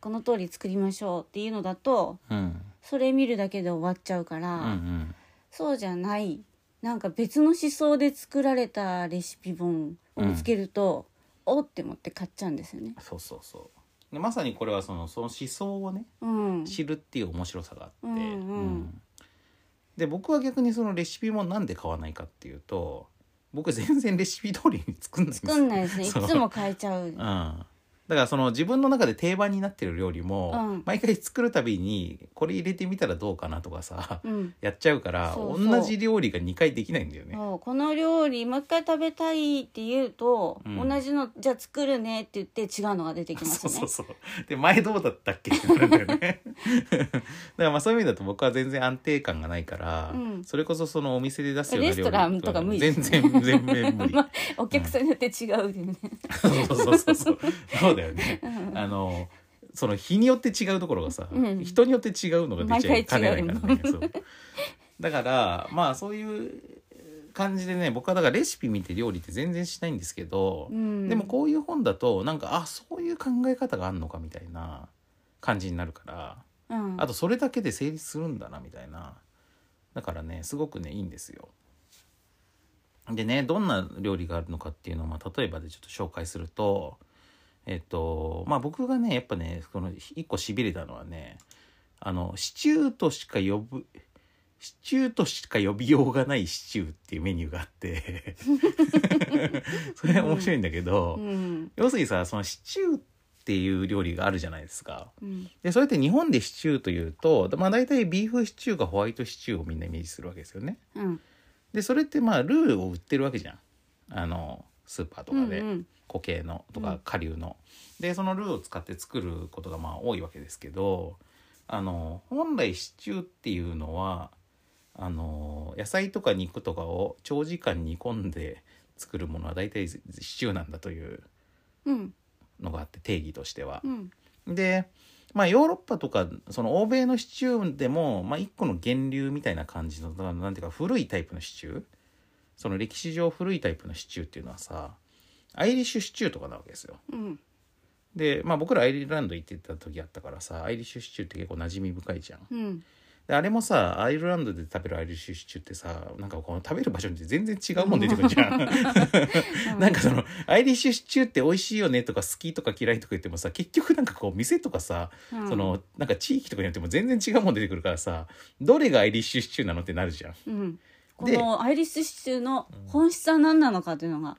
Speaker 2: この通り作りましょうっていうのだと
Speaker 1: うん
Speaker 2: それ見るだけで終わっちゃうから、
Speaker 1: うんうん
Speaker 2: そうじゃないなんか別の思想で作られたレシピ本を見つけると、おって思って買っちゃうんですよね。
Speaker 1: そうそうそうでまさにこれはそのその思想をね
Speaker 2: うん、
Speaker 1: 知るっていう面白さがあって、
Speaker 2: うんうん
Speaker 1: で僕は逆にそのレシピ本なんで買わないかっていうと僕全然レシピ通りに作んないんですよ
Speaker 2: 作んないですねい
Speaker 1: そう
Speaker 2: つも変えちゃう
Speaker 1: うん。だからその自分の中で定番になってる料理も、
Speaker 2: うん
Speaker 1: 毎回作るたびにこれ入れてみたらどうかなとかさ、
Speaker 2: うん
Speaker 1: やっちゃうから
Speaker 2: そうそう
Speaker 1: 同じ料理が2回できないんだよね。
Speaker 2: そうこの料理もう一回食べたいって言うと、
Speaker 1: うん
Speaker 2: 同じのじゃあ作るねって言って違うのが出てきま
Speaker 1: そ
Speaker 2: す
Speaker 1: う
Speaker 2: ね。
Speaker 1: そうそうで前どうだったっけってなるんだよね だからまあそういう意味だと僕は全然安定感がないから、
Speaker 2: うん
Speaker 1: それこそそのお店で出すような料理
Speaker 2: レストランとか無理
Speaker 1: 全然全然 無理
Speaker 2: お客さんによって違うでね。
Speaker 1: そうそうそうそうそうだよね、あのその日によって違うところがさ、
Speaker 2: うん
Speaker 1: 人によって違うのが出ちゃいかねないから
Speaker 2: 毎
Speaker 1: ねそうだからまあそういう感じでね僕はだからレシピ見て料理って全然しないんですけど、
Speaker 2: うん
Speaker 1: でもこういう本だとなんかあそういう考え方があるのかみたいな感じになるから
Speaker 2: うん、
Speaker 1: あとそれだけで成立するんだなみたいなだからねすごくねいいんですよ。でねどんな料理があるのかっていうのを、まあ、例えばでちょっと紹介するとえっとまあ僕がねやっぱねこの一個しびれたのはねあのシチューとしか呼ぶシチューとしか呼びようがないシチューっていうメニューがあって それ面白いんだけど、
Speaker 2: うん
Speaker 1: 要するにさそのシチューっていう料理があるじゃないですか。
Speaker 2: うん
Speaker 1: でそれって日本でシチューというと、まあ、大体ビーフシチューかホワイトシチューをみんなイメージするわけですよね。
Speaker 2: うん
Speaker 1: でそれってまあルールを売ってるわけじゃんあのスーパーとかで、
Speaker 2: うんうん
Speaker 1: 固形のと
Speaker 2: う
Speaker 1: か
Speaker 2: ん
Speaker 1: 顆粒の。でそのルーを使って作ることがまあ多いわけですけどあの本来シチューっていうのはあの野菜とか肉とかを長時間煮込んで作るものは大体シチューなんだという
Speaker 2: うん
Speaker 1: のがあって定義としては
Speaker 2: う。ん
Speaker 1: で、まあ、ヨーロッパとかその欧米のシチューでも、まあ、一個の源流みたいな感じのななんていうか古いタイプのシチューその歴史上古いタイプのシチューっていうのはさアイリッシュシチューとかなわけですよ。
Speaker 2: うん
Speaker 1: で、まあ、僕らアイルランド行ってた時あったからさアイリッシュシチューって結構馴染み深いじゃん。
Speaker 2: うん
Speaker 1: であれもさアイルランドで食べるアイリッシュシチューってさなんかこの食べる場所によって全然違うもん出てくるじゃん なんかそのアイリッシュシチューって美味しいよねとか好きとか嫌いとか言ってもさ結局なんかこう店とかさ、
Speaker 2: うん
Speaker 1: そのなんか地域とかによっても全然違うもん出てくるからさどれがアイリッシュシチューなのってなるじゃん
Speaker 2: うんこ
Speaker 1: で
Speaker 2: のアイリスシチューの本質は何なのかというのが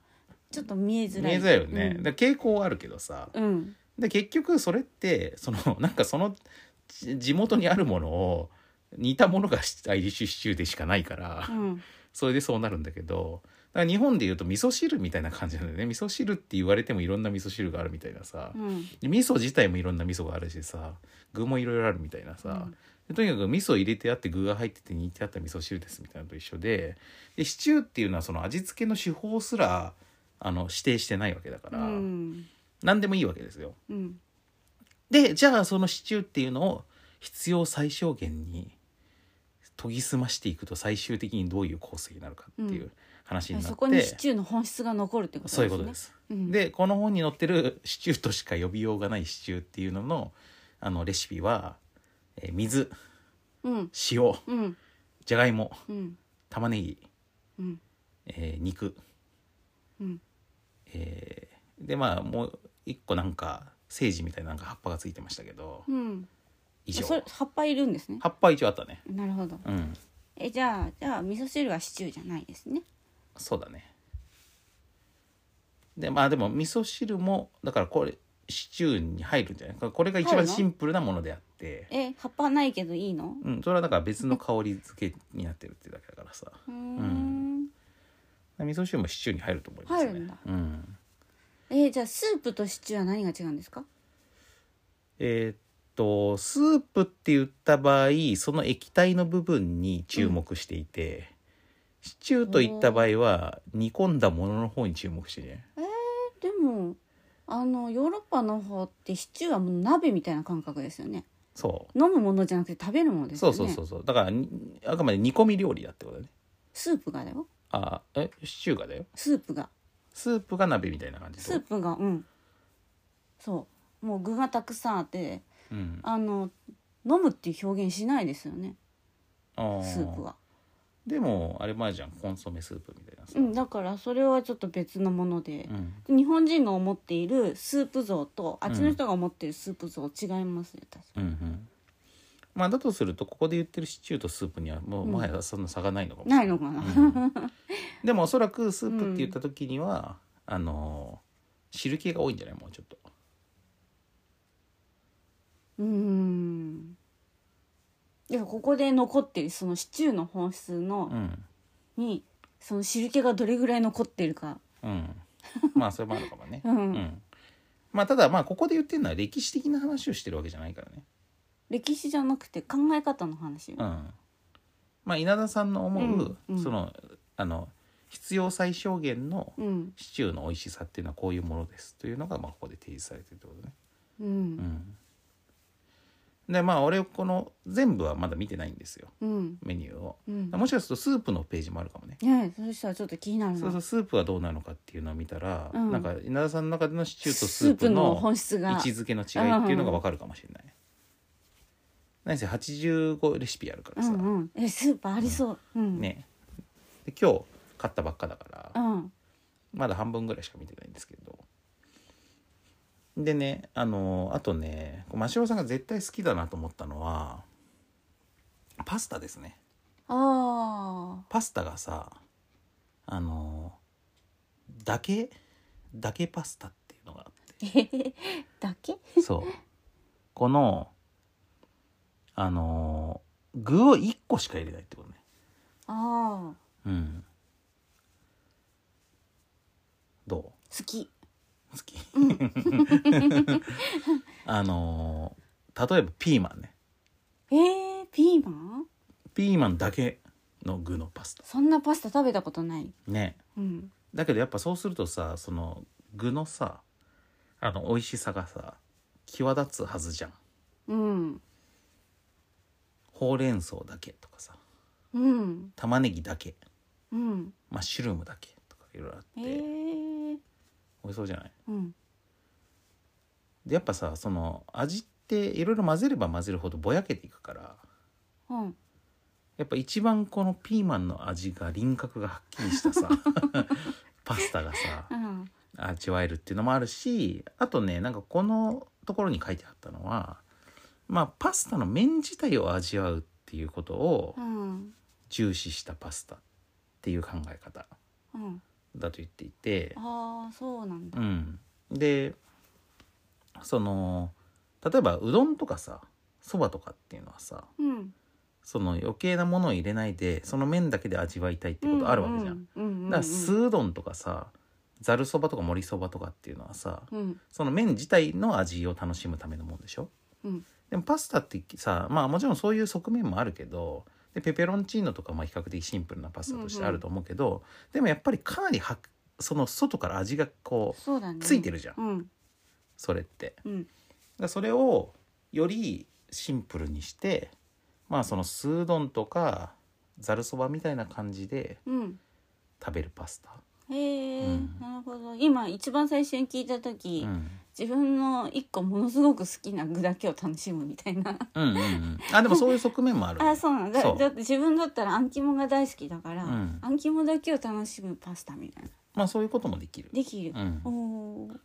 Speaker 2: ちょっと見えづら
Speaker 1: 見
Speaker 2: い
Speaker 1: えづらいよね、だから傾向はあるけどさ
Speaker 2: うん、うん
Speaker 1: で結局それってその なんかその地地元にあるものを似たものがしアイリッシュシチューでしかないから
Speaker 2: う、ん
Speaker 1: それでそうなるんだけどだから日本でいうと味噌汁みたいな感じなんだよね味噌汁って言われてもいろんな味噌汁があるみたいなさ、
Speaker 2: うん
Speaker 1: で味噌自体もいろんな味噌があるしさ具もいろいろあるみたいなさ、でとにかく味噌入れてあって具が入ってて煮てあった味噌汁ですみたいなのと一緒ででシチューっていうのはその味付けの手法すらあの指定してないわけだか
Speaker 2: う
Speaker 1: ら、
Speaker 2: ん
Speaker 1: 何でもいいわけですよ。
Speaker 2: うん
Speaker 1: でじゃあそのシチューっていうのを必要最小限に研ぎ澄ましていくと最終的にどういう構成になるかっていうう話になって、
Speaker 2: そこにシチューの本質が残るってこと
Speaker 1: そう
Speaker 2: で
Speaker 1: い
Speaker 2: す
Speaker 1: うこ
Speaker 2: ね
Speaker 1: とです。
Speaker 2: うん
Speaker 1: でこの本に載ってるシチューとしか呼びようがないシチューっていうののあのレシピは、えー水
Speaker 2: うん
Speaker 1: 塩
Speaker 2: うん
Speaker 1: じゃがいも
Speaker 2: うん
Speaker 1: 玉ねぎ、
Speaker 2: うん
Speaker 1: えー肉、
Speaker 2: うん
Speaker 1: えーでまあもう一個なんかセージみたいななんか葉っぱがついてましたけど
Speaker 2: うん
Speaker 1: 以上
Speaker 2: それ葉っぱいるんですね
Speaker 1: 葉っぱは一応あったね
Speaker 2: なるほど
Speaker 1: うん
Speaker 2: えじゃあじゃあ味噌汁はシチューじゃないですね
Speaker 1: そうだねでまあでも味噌汁もだからこれシチューに入るんじゃないこれが一
Speaker 2: 入
Speaker 1: 番
Speaker 2: るの
Speaker 1: シンプルなものであって
Speaker 2: え葉っぱないけどいいの
Speaker 1: うん、それはだから別の香り付けになってるってだけだからさ
Speaker 2: うーん
Speaker 1: 味噌汁もシチューに入ると思いますね
Speaker 2: 入るんだ
Speaker 1: うん、
Speaker 2: えじゃあスープとシチューは何が違うんですか
Speaker 1: えーっとスープって言った場合その液体の部分に注目していて、シチューと言った場合は煮込んだものの方に注目してね
Speaker 2: えでもあのヨーロッパの方ってシチューはもう鍋みたいな感覚ですよね
Speaker 1: そ
Speaker 2: 飲むものじゃなくて食べるもの
Speaker 1: う
Speaker 2: です
Speaker 1: そ
Speaker 2: よ
Speaker 1: う
Speaker 2: ね
Speaker 1: そうそうそうだからにあくまで煮込み料理だってことだね
Speaker 2: スープがだよ
Speaker 1: あえシチューがだよ
Speaker 2: スープが
Speaker 1: スープが鍋みたいな感じって
Speaker 2: スー
Speaker 1: こ
Speaker 2: プがうんそうもう具がたくさんあって
Speaker 1: とうん
Speaker 2: あの飲むっていう表現しないですよね
Speaker 1: あー
Speaker 2: スープは
Speaker 1: でもあれ前じゃんコンソメスープみたいなさ
Speaker 2: うんだからそれはちょっと別のもので
Speaker 1: う、ん
Speaker 2: 日本人が思っているスープ像とあっちの人が思っているスープ像違いますね確か
Speaker 1: うんうんまあだとするとここで言ってるシチューとスープにはもう
Speaker 2: うん
Speaker 1: もはやそんな差がないのかも
Speaker 2: ないのかな、
Speaker 1: うんでもおそらくスープって言った時には、あのー汁気が多いんじゃないもうちょっと
Speaker 2: うーんいやここで残ってるそのシチューの本質の
Speaker 1: うん
Speaker 2: にその汁気がどれぐらい残ってるか
Speaker 1: うん まあそれもあるかもね
Speaker 2: うん
Speaker 1: うんまあただまあここで言ってるのは歴史的な話をしてるわけじゃないからね
Speaker 2: 歴史じゃなくて考え方の話、
Speaker 1: うんまあ稲田さんの思う、
Speaker 2: うんうん
Speaker 1: そのあの必要最小限の
Speaker 2: うん
Speaker 1: シチューの美味しさっていうのはこういうものですというのがまあここで提示されてるってことね
Speaker 2: う
Speaker 1: うんんでまあ俺この全部はまだ見てないんですよ
Speaker 2: うん
Speaker 1: メニューを
Speaker 2: うん
Speaker 1: もしかするとスープのページもあるかもね
Speaker 2: ねえそしたらちょっと気になるな
Speaker 1: そうそうスープはどうなのかっていうのを見たら、
Speaker 2: うん
Speaker 1: なんか稲田さんの中でのシチューとス
Speaker 2: ス
Speaker 1: ー
Speaker 2: ー
Speaker 1: プ
Speaker 2: プの
Speaker 1: の
Speaker 2: 本質
Speaker 1: 位
Speaker 2: が
Speaker 1: 置づけの違いっていうのが分かるかもしれない、何せ85レシピあるか
Speaker 2: う
Speaker 1: らさ、
Speaker 2: んうんえスープありそううん、
Speaker 1: ねで今日買ったばっかだから、
Speaker 2: うん
Speaker 1: まだ半分ぐらいしか見てないんですけどでねあのあとね真城さんが絶対好きだなと思ったのはパスタですね
Speaker 2: あ
Speaker 1: パスタがさあのだけだけパスタっていうのがあっ
Speaker 2: あだけ
Speaker 1: てそう このあの具を1個しか入れないってことね
Speaker 2: ああ
Speaker 1: うんどう
Speaker 2: 好き
Speaker 1: 好きあのー例えばピーマンね
Speaker 2: えー、ピーマン
Speaker 1: ピーマンだけの具のパスタ
Speaker 2: そんなパスタ食べたことない
Speaker 1: ね
Speaker 2: うん
Speaker 1: だけどやっぱそうするとさその具のさあの美味しさがさ際立つはずじゃん
Speaker 2: うん
Speaker 1: ほうれん草だけとかさ
Speaker 2: うん
Speaker 1: 玉ねぎだけ
Speaker 2: うん
Speaker 1: マッシュルームだけとかいろいろあって、
Speaker 2: えー、
Speaker 1: 美味しそうじゃない
Speaker 2: うん
Speaker 1: でやっぱさその味っていろいろ混ぜれば混ぜるほどぼやけていくから
Speaker 2: うん
Speaker 1: やっぱ一番このピーマンの味が輪郭がはっきりしたさパスタがさ
Speaker 2: うん
Speaker 1: 味わえるっていうのもあるしあとねなんかこのところに書いてあったのはまあパスタの麺自体を味わうっていうことを
Speaker 2: うん
Speaker 1: 重視したパスタっていう考え方
Speaker 2: うん
Speaker 1: だと言っていて、
Speaker 2: ああそうなんだ
Speaker 1: うん、でその例えばうどんとかさそばとかっていうのはさ
Speaker 2: うん
Speaker 1: その余計なものを入れないでその麺だけで味わいたいってことあるわけじゃん。
Speaker 2: うんうんうんう
Speaker 1: だ
Speaker 2: ん
Speaker 1: から酢うどんとかさざるそばとか盛りそばとかっていうのはさ
Speaker 2: うん
Speaker 1: その麺自体の味を楽しむためのもんでしょ
Speaker 2: うん
Speaker 1: でもパスタってさまあもちろんそういう側面もあるけどでペペロンチーノとかまあ比較的シンプルなパスタとしてあると思うけど、でもやっぱりかなりはその外から味がこう
Speaker 2: そうだね
Speaker 1: ついてるじゃん、
Speaker 2: うん
Speaker 1: それって。
Speaker 2: うん
Speaker 1: だからそれをよりシンプルにしてまあその酢うどんとかざるそばみたいな感じで
Speaker 2: うん
Speaker 1: 食べるパスタ。
Speaker 2: へえ、
Speaker 1: うん
Speaker 2: なるほど今一番最初に聞いた時、
Speaker 1: うん
Speaker 2: 自分の一個ものすごく好きな具だけを楽しむみたいな
Speaker 1: うんうんうん、あでもそういう側面もある、
Speaker 2: あそうなんだ
Speaker 1: そう
Speaker 2: だって自分だったらあん肝が大好きだから、
Speaker 1: うん
Speaker 2: あん肝だけを楽しむパスタみたいな
Speaker 1: まあそういうこともできる。
Speaker 2: できる
Speaker 1: う。ん、
Speaker 2: お
Speaker 1: っ
Speaker 2: おー。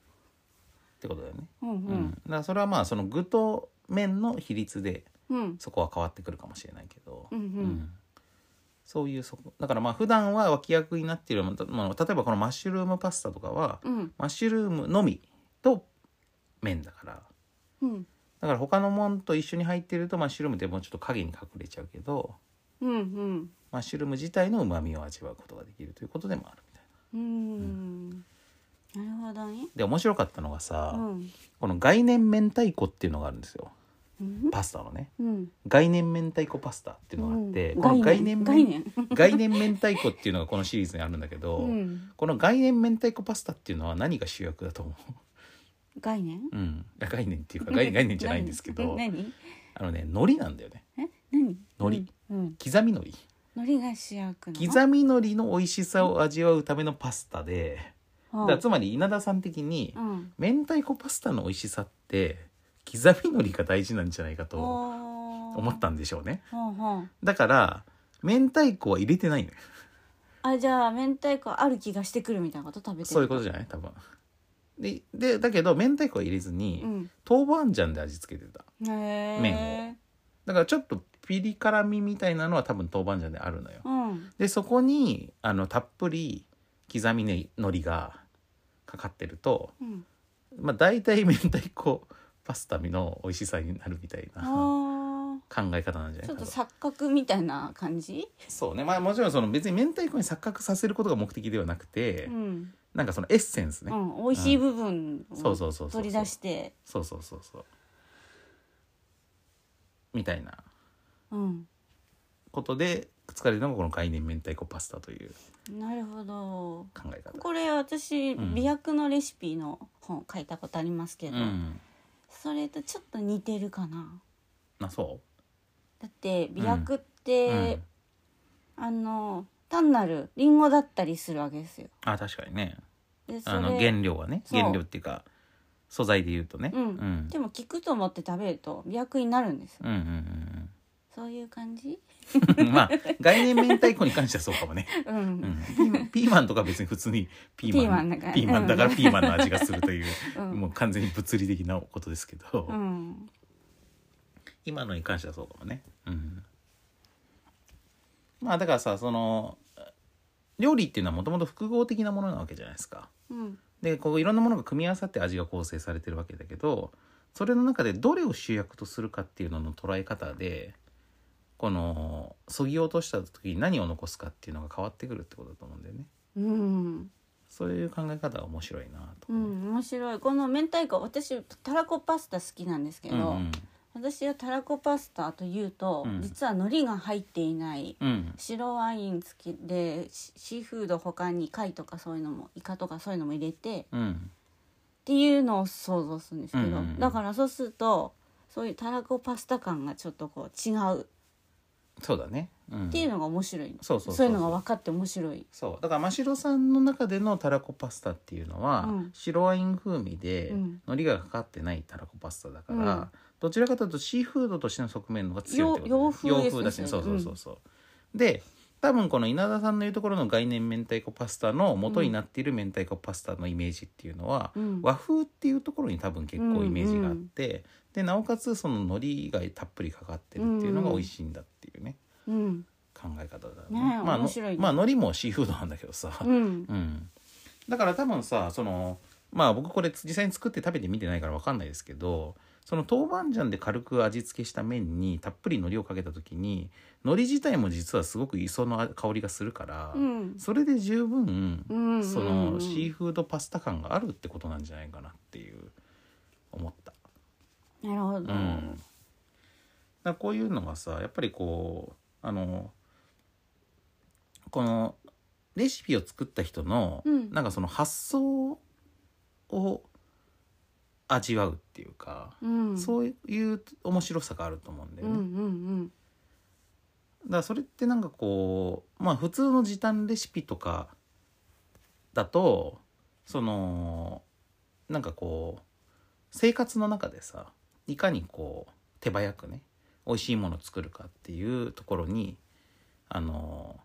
Speaker 1: てことだよね。
Speaker 2: うんう
Speaker 1: うんだ
Speaker 2: ん。
Speaker 1: からそれはまあその具と面の比率で
Speaker 2: うん。
Speaker 1: そこは変わってくるかもしれないけど、
Speaker 2: うんうん
Speaker 1: そういうそこだからまあ普段は脇役になっているものまあ例えばこのマッシュルームパスタとかは、
Speaker 2: うん。
Speaker 1: マッシュルームのみと麺だから
Speaker 2: うん。
Speaker 1: だから他のもんと一緒に入ってるとマッシュルームってもうちょっと影に隠れちゃうけど
Speaker 2: うん。うん。
Speaker 1: マッシュルーム自体のうまみを味わうことができるということでもあるみたいな。
Speaker 2: うん。なるほどね。
Speaker 1: で面白かったのが
Speaker 2: う
Speaker 1: さ、
Speaker 2: ん。
Speaker 1: この概念明太子っていうのがあるんですよ
Speaker 2: うん。
Speaker 1: パスタのね
Speaker 2: うん。
Speaker 1: 概念明太子パスタっていうのがあって、
Speaker 2: うん
Speaker 1: この概念
Speaker 2: 概念。
Speaker 1: 概念明太子っていうのがこのシリーズにあるんだけど、
Speaker 2: うん。
Speaker 1: この概念明太子パスタっていうのは何が主役だと思
Speaker 2: 概念。
Speaker 1: う、うん、いや概念 っていうか概概念じゃないんですけど
Speaker 2: 何。
Speaker 1: あのね海苔なんだよね
Speaker 2: え、何。
Speaker 1: 海苔。
Speaker 2: うん。
Speaker 1: 刻み海苔
Speaker 2: 海苔が主役なの。
Speaker 1: 刻み海苔の美味しさを味わうためのパスタで、だから
Speaker 2: う
Speaker 1: つまり稲田さん的に
Speaker 2: ん。うん。
Speaker 1: 明太子パスタの美味しさって刻み海苔が大事なんじゃないかと思
Speaker 2: 思
Speaker 1: ったんでしょうね
Speaker 2: ほうほう
Speaker 1: だから明太子は入れてないのよ
Speaker 2: あじゃあ明太子ある気がしてくるみたいなこと食べてる
Speaker 1: そういうことじゃない多分ででだけど明太子は入れずに、
Speaker 2: うん
Speaker 1: 豆板醤で味付けてた
Speaker 2: へえ
Speaker 1: 麺だからちょっとピリ辛みみたいなのは多分豆板醤であるのよ
Speaker 2: うん
Speaker 1: でそこにあのたっぷり刻みね海苔がかかってると
Speaker 2: うん
Speaker 1: まあ大体明太子パスタの美味しさになるみたいな
Speaker 2: あ
Speaker 1: 考え方なんじゃ
Speaker 2: ー
Speaker 1: ない
Speaker 2: ちょ
Speaker 1: か
Speaker 2: っと
Speaker 1: と
Speaker 2: 錯覚みたいな感じ
Speaker 1: そうねまあもちろんその別に明太子に錯覚させることが目的ではなくて、
Speaker 2: うん
Speaker 1: なんかそのエッセンスね、
Speaker 2: うん美味しい部分
Speaker 1: そう
Speaker 2: を
Speaker 1: そうそうそう
Speaker 2: 取り出して
Speaker 1: そうそうそうそうみたいな
Speaker 2: うん
Speaker 1: ことで作られるのがこの概念明太子パスタという
Speaker 2: なるほど
Speaker 1: 考え方
Speaker 2: これ私
Speaker 1: うん
Speaker 2: 美薬のレシピの本書いたことありますけど
Speaker 1: うん
Speaker 2: それとちょっと似てるかな
Speaker 1: あそ
Speaker 2: だって美薬っ
Speaker 1: う、
Speaker 2: てあの単なるリンゴだったりするわけですよ
Speaker 1: うん、あ確かにね
Speaker 2: でそ
Speaker 1: あの
Speaker 2: れ
Speaker 1: 原料はね
Speaker 2: そう
Speaker 1: 原料っていうか素材で言うとね、
Speaker 2: うん
Speaker 1: うん、
Speaker 2: でも効くと思って食べると美薬になるんですよ
Speaker 1: うんうん
Speaker 2: そういう感じ
Speaker 1: うん うんまあ概念明太子に関してはそうかもね、
Speaker 2: う、
Speaker 1: うんん、ピーマンピーマンとか別に普通にピーマン
Speaker 2: ピーマンだから
Speaker 1: ピーマンだからピーマンの味がするという、
Speaker 2: うん
Speaker 1: もう完全に物理的なことですけど、
Speaker 2: うん、
Speaker 1: 今のに関してはそうかもね、うん、まあだからさその料理っていうのはもともと複合的なものなわけじゃないですか
Speaker 2: うん、
Speaker 1: でこういろんなものが組み合わさって味が構成されてるわけだけどそれの中でどれを主役とするかっていうのの捉え方でこのそぎ落とした時に何を残すかっていうのが変わってくるってことだと思うんだよね
Speaker 2: うん、
Speaker 1: そういう考え方が面白いなと
Speaker 2: う
Speaker 1: 思う、
Speaker 2: ん、面白い。この明太子、私たらこパスタ好きなんですけど、
Speaker 1: うん
Speaker 2: 私はたらこパスタというと、
Speaker 1: うん
Speaker 2: 実は海苔が入っていない。
Speaker 1: うんうん
Speaker 2: 白ワイン付きでシシーフード他に貝とかそういうのもイカとかそういうのも入れてっ
Speaker 1: うん
Speaker 2: ていうのを想像するんですけど、
Speaker 1: うんうんうん
Speaker 2: だからそうするとそういうたらこパスタ感がちょっとこう違うっ
Speaker 1: そうだね、うん、
Speaker 2: ていうのが面白い、
Speaker 1: そうそうそうそう
Speaker 2: いうのが分かって面白い、
Speaker 1: そうだから真白さんの中でのたらこパスタっていうのは、
Speaker 2: うん
Speaker 1: 白ワイン風味で
Speaker 2: うん
Speaker 1: 海苔がかかってないたらこパスタだから、
Speaker 2: うん
Speaker 1: どちらかというとシーフードとしての側面の方が強いってこと
Speaker 2: よ洋風ですね
Speaker 1: だしねそう
Speaker 2: そ
Speaker 1: そ
Speaker 2: れ
Speaker 1: うそうそう、で多分この稲田さんの言うところの概念明太子パスタの元になっている明太子パスタのイメージっていうのは、
Speaker 2: うん、
Speaker 1: 和風っていうところに多分結構イメージがあって、でなおかつその海苔がたっぷりかかってるっていうのが美味しいんだっていうね、
Speaker 2: うん
Speaker 1: 考え方だよ
Speaker 2: ねえ
Speaker 1: まあ、
Speaker 2: 面白いね
Speaker 1: のまあ海苔もシーフードなんだけどさ、
Speaker 2: うん
Speaker 1: うん、だから多分さそのまあ僕これ実際に作って食べてみてないから分かんないですけどその豆板醤で軽く味付けした麺にたっぷり海苔をかけた時に海苔自体も実はすごく磯の香りがするから、
Speaker 2: うん
Speaker 1: それで十分、
Speaker 2: うん
Speaker 1: そ
Speaker 2: うん
Speaker 1: のシーフードパスタ感があるってことなんじゃないかなっていう思った。
Speaker 2: なるほど、
Speaker 1: うん、だからこういうのがさやっぱりこうあのこのレシピを作った人の、
Speaker 2: うん
Speaker 1: なんかその発想を味わうっていうか、
Speaker 2: うん、う
Speaker 1: そういう面白さがあると思うんだよね。
Speaker 2: んうん
Speaker 1: だからそれってなんかこうまあ普通の時短レシピとかだとそのなんかこう生活の中でさいかにこう手早くね美味しいものを作るかっていうところにあの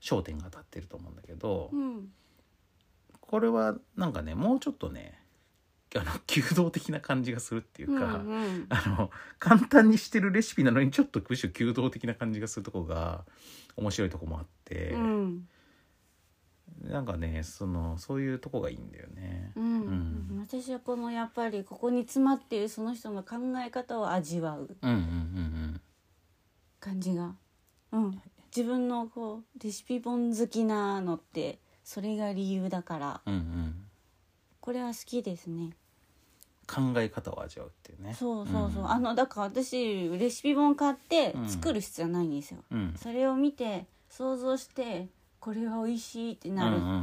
Speaker 1: 焦点が当たってると思うんだけど、
Speaker 2: うんうん
Speaker 1: これはなんかねもうちょっとねあの 弓道的な感じがするっていううん
Speaker 2: う
Speaker 1: か、
Speaker 2: ん
Speaker 1: あの簡単にしてるレシピなのにちょっとむしろ弓道的な感じがするとこが面白いとこもあって、
Speaker 2: うん
Speaker 1: なんかねそのそういうとこがいいんだよね。
Speaker 2: う
Speaker 1: うん
Speaker 2: ん私はこのやっぱりここに詰まっているその人の考え方を味わう
Speaker 1: うんうんうん
Speaker 2: 感じが、うん、自分のこうレシピ本好きなのってそれが理由だから
Speaker 1: うんうんうん
Speaker 2: これは好きですね
Speaker 1: 考え方を味わうっていうね。
Speaker 2: そうそうそう、
Speaker 1: ん
Speaker 2: あのだから私レシピ本買って
Speaker 1: うん
Speaker 2: 作る必要ないんですよ、
Speaker 1: うん
Speaker 2: それを見て想像してこれは美味しいってな
Speaker 1: うんうん
Speaker 2: る
Speaker 1: う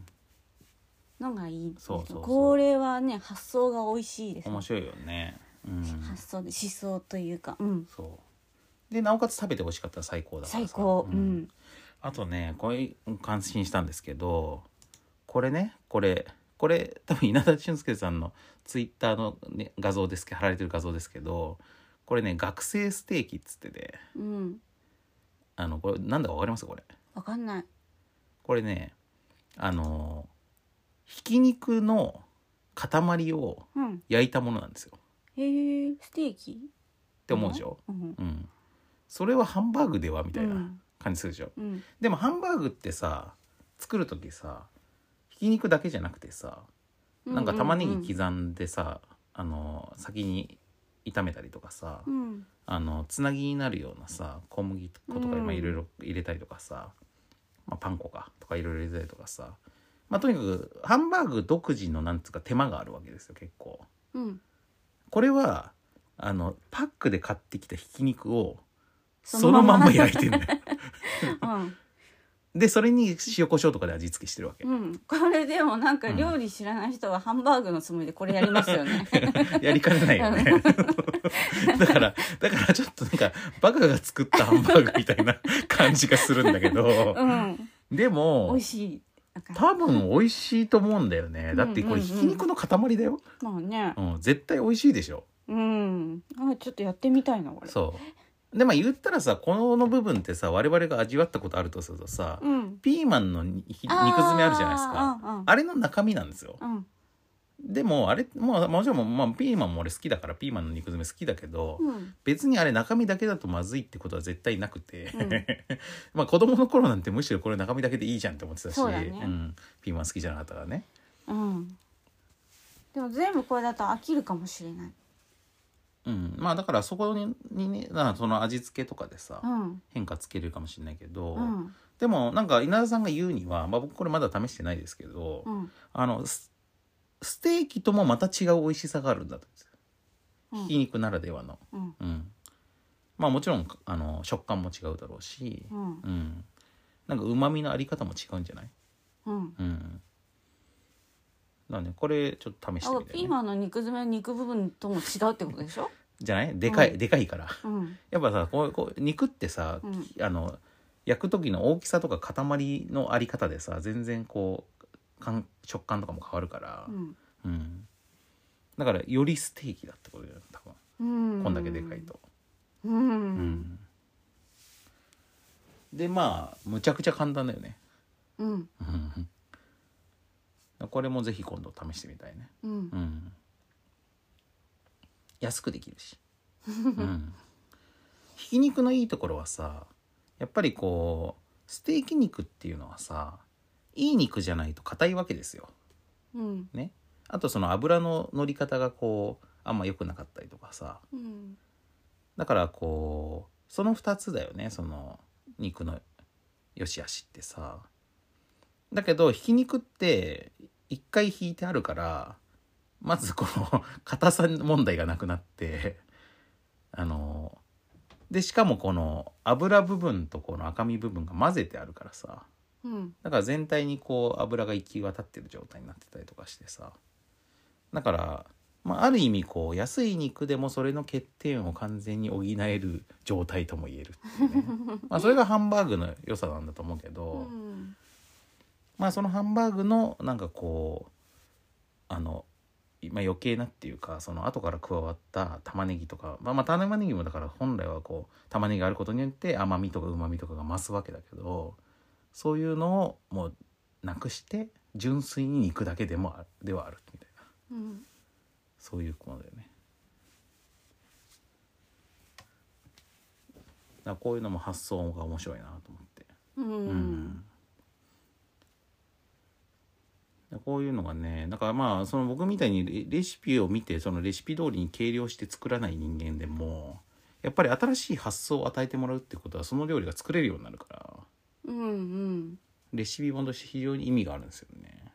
Speaker 1: ん
Speaker 2: のがいいです、
Speaker 1: そうそうそう
Speaker 2: これはね発想が美味しいです
Speaker 1: うん、面白いよね。うん、
Speaker 2: 発想で思想というかうん
Speaker 1: そうでなおかつ食べてほしかったら最高だから
Speaker 2: 最
Speaker 1: さ
Speaker 2: 高うん、
Speaker 1: あとねこれ感心したんですけどこれねこれこれ多分稲田俊介さんのツイッターの、ね、画像ですけど貼られてる画像ですけどこれね学生ステーキっつってね
Speaker 2: うん
Speaker 1: あのこれなんだか分かりますこれ
Speaker 2: わかんない
Speaker 1: これねあのひき肉の塊を
Speaker 2: うん
Speaker 1: 焼いたものなんですよっ
Speaker 2: へえステーキって
Speaker 1: 思うでしょ、
Speaker 2: うん
Speaker 1: うん、それはハンバーグではみたいうなん感じするでしょ、
Speaker 2: うん
Speaker 1: でもハンバーグってさ作る時さひき肉だけじゃなくてさなんか玉ねぎ刻んでさ、あの先に炒めたりとかさ、
Speaker 2: うん
Speaker 1: あのつなぎになるようなさ小麦粉とか
Speaker 2: うん
Speaker 1: まあいろいろ入れたりとかさ、まあ、パン粉かとかいろいろ入れたりとかさ、まあ、とにかくハンバーグ独自のなんつうか手間があるわけですよ結構。
Speaker 2: うん
Speaker 1: これはあのパックで買ってきたひき肉をそ
Speaker 2: そ
Speaker 1: の
Speaker 2: の
Speaker 1: ま
Speaker 2: ま
Speaker 1: ん
Speaker 2: ま
Speaker 1: ま焼いてん だよ。
Speaker 2: うん
Speaker 1: でそれに塩コショウとかで味付けしてるわけ。
Speaker 2: うん、これでもなんか料理知らない人はハンバーグのつもりでこれやりますよね。
Speaker 1: やりかねないよね。だから、だからちょっとなんか、バカが作ったハンバーグみたいな感じがするんだけど、
Speaker 2: うん、
Speaker 1: で
Speaker 2: 美
Speaker 1: も
Speaker 2: 味、しい。だから
Speaker 1: 多分美味しいと思うんだよね。だってこれ
Speaker 2: うんうん
Speaker 1: ひ
Speaker 2: うん
Speaker 1: き肉の塊だよ。
Speaker 2: まあね、
Speaker 1: うん、絶対美味しいでしょ。
Speaker 2: うん、あ、ちょっとやってみたいな、これ。
Speaker 1: そう。で、まあ言ったらさ、この部分ってさ、我々が味わったことあるとするとさ、
Speaker 2: うん。
Speaker 1: ピーマンのにひ肉詰めあるじゃないですか。
Speaker 2: あー
Speaker 1: あれの中身なんですよ。
Speaker 2: うん、うん、
Speaker 1: でも、あれ、もう、もちろん、まあ、ピーマンも俺好きだから、ピーマンの肉詰め好きだけど、
Speaker 2: うん、
Speaker 1: 別にあれ中身だけだとまずいってことは絶対なくて、
Speaker 2: うん
Speaker 1: まあ子供の頃なんてむしろこれ中身だけでいいじゃんって思ってたし
Speaker 2: そうだね
Speaker 1: ん、ピーマン好きじゃなかったからね
Speaker 2: うん。でも全部これだと飽きるかもしれない。
Speaker 1: うんまあだからそこににねなその味付けとかでさ、
Speaker 2: うん、
Speaker 1: 変化つけるかもしれないけど、
Speaker 2: うん、
Speaker 1: でもなんか稲田さんが言うには、まあ、僕これまだ試してないですけど、
Speaker 2: うん、
Speaker 1: あのスステーキともまた違う美味しさがあるんだと
Speaker 2: うん
Speaker 1: ひき肉ならではの、
Speaker 2: うん、
Speaker 1: うん、まあもちろんあの食感も違うだろうし、
Speaker 2: うん、
Speaker 1: うん、なんかうまみのあり方も違うんじゃない
Speaker 2: うん。
Speaker 1: うんなんでこれちょっと試して
Speaker 2: あ
Speaker 1: み、た
Speaker 2: ピー
Speaker 1: い、ね、
Speaker 2: マンの肉詰めの肉部分とも違うってことでしょ。
Speaker 1: じゃないでかい、
Speaker 2: う
Speaker 1: でかいから
Speaker 2: うん、
Speaker 1: やっぱさこうこう肉ってさ、
Speaker 2: うん
Speaker 1: きあの焼く時の大きさとか塊のあり方でさ全然こう感食感とかも変わるから
Speaker 2: う、ん、
Speaker 1: うんだからよりステーキだってことだよ多分
Speaker 2: うん。
Speaker 1: こんだけでかい。と、
Speaker 2: うん、
Speaker 1: うんでまあむちゃくちゃ簡単だよね
Speaker 2: うん、
Speaker 1: うんこれもぜひ今度試してみたいね、
Speaker 2: うん
Speaker 1: う、ん、安くできるし、うん、ひき肉のいいところはさやっぱりこうステーキ肉っていうのはさいい肉じゃないと硬いわけですよ
Speaker 2: うん、
Speaker 1: ねあとその油の乗り方がこうあんま良くなかったりとかさ
Speaker 2: うん。
Speaker 1: だからこうその2つだよねその肉の良し悪しってさだけどひき肉って一回引いてあるからまずこの硬さ問題がなくなってあのでしかもこの油部分とこの赤身部分が混ぜてあるからさ
Speaker 2: うん、
Speaker 1: だから全体にこう油が行き渡ってる状態になってたりとかしてさだから、まあ、ある意味こう安い肉でもそれの欠点を完全に補える状態とも言えるっていうねまあそれがハンバーグの良さなんだと思うけど、
Speaker 2: うん、
Speaker 1: まあそのハンバーグのなんかこうあのまあ余計なっていうかその後から加わった玉ねぎとか、まあ、まあ玉ねぎもだから本来はこう玉ねぎがあることによって甘みとかうまみとかが増すわけだけどそういうのをもうなくして純粋に肉だけでもあるではあるみたいな
Speaker 2: うん
Speaker 1: そういうものだよね。だからこういうのも発想が面白いなと思って。
Speaker 2: うんう
Speaker 1: うんんこういうのがねだからまあその僕みたいにレレシピを見てそのレシピ通りに計量して作らない人間でもやっぱり新しい発想を与えてもらうってことはその料理が作れるようになるから
Speaker 2: うんうん
Speaker 1: レシピ本として非常に意味があるんですよね。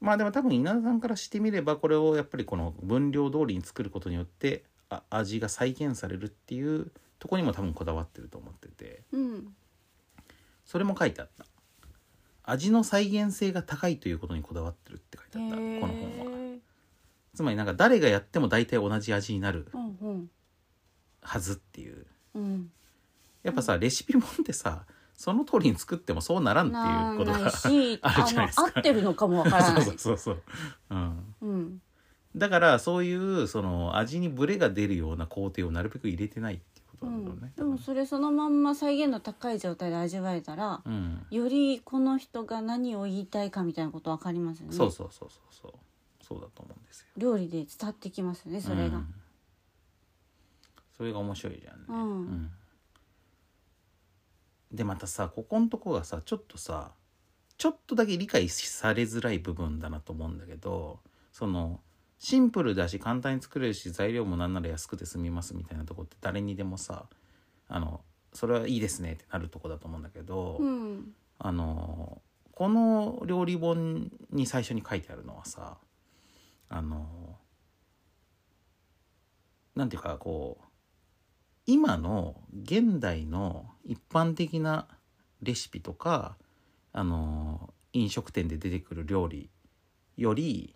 Speaker 1: まあでも多分稲田さんからしてみればこれをやっぱりこの分量通りに作ることによってあ味が再現されるっていうとこにも多分こだわってると思ってて。
Speaker 2: うん
Speaker 1: それも書いてあった味の再現性が高いということにこだわってるって書いてあったこの本は
Speaker 2: へー
Speaker 1: つまりなんか誰がやっても大体同じ味になる
Speaker 2: うん
Speaker 1: はずっていう
Speaker 2: うん
Speaker 1: やっぱさレシピ本ってさその通りに作ってもそうならんっ
Speaker 2: うん
Speaker 1: てい
Speaker 2: な
Speaker 1: うこと
Speaker 2: な
Speaker 1: が
Speaker 2: いし
Speaker 1: あるじゃないですか
Speaker 2: あの合ってるのかもわからな い
Speaker 1: そうそうそうそう、うん、
Speaker 2: うん
Speaker 1: だからそういうその味にブレが出るような工程をなるべく入れてないってことなんだろうね、
Speaker 2: でもそれそのまんま再現度高い状態で味わえたら、
Speaker 1: うん
Speaker 2: よりこの人が何を言いたいかみたいなことわかりますよね
Speaker 1: そうそうそうそうそうそうだと思うんですよ
Speaker 2: 料理で伝わってきますよねそれ
Speaker 1: う
Speaker 2: が
Speaker 1: ん、それが面白いじゃんね、
Speaker 2: うん
Speaker 1: うんでまたさここのとこがさちょっとさちょっとだけ理解されづらい部分だなと思うんだけどそのシンプルだし簡単に作れるし材料もなんなら安くて済みますみたいなとこって誰にでもさあのそれはいいですねってなるとこだと思うんだけど、
Speaker 2: うん
Speaker 1: あのこの料理本に最初に書いてあるのはさあのなんていうかこう今の現代の一般的なレシピとかあの飲食店で出てくる料理より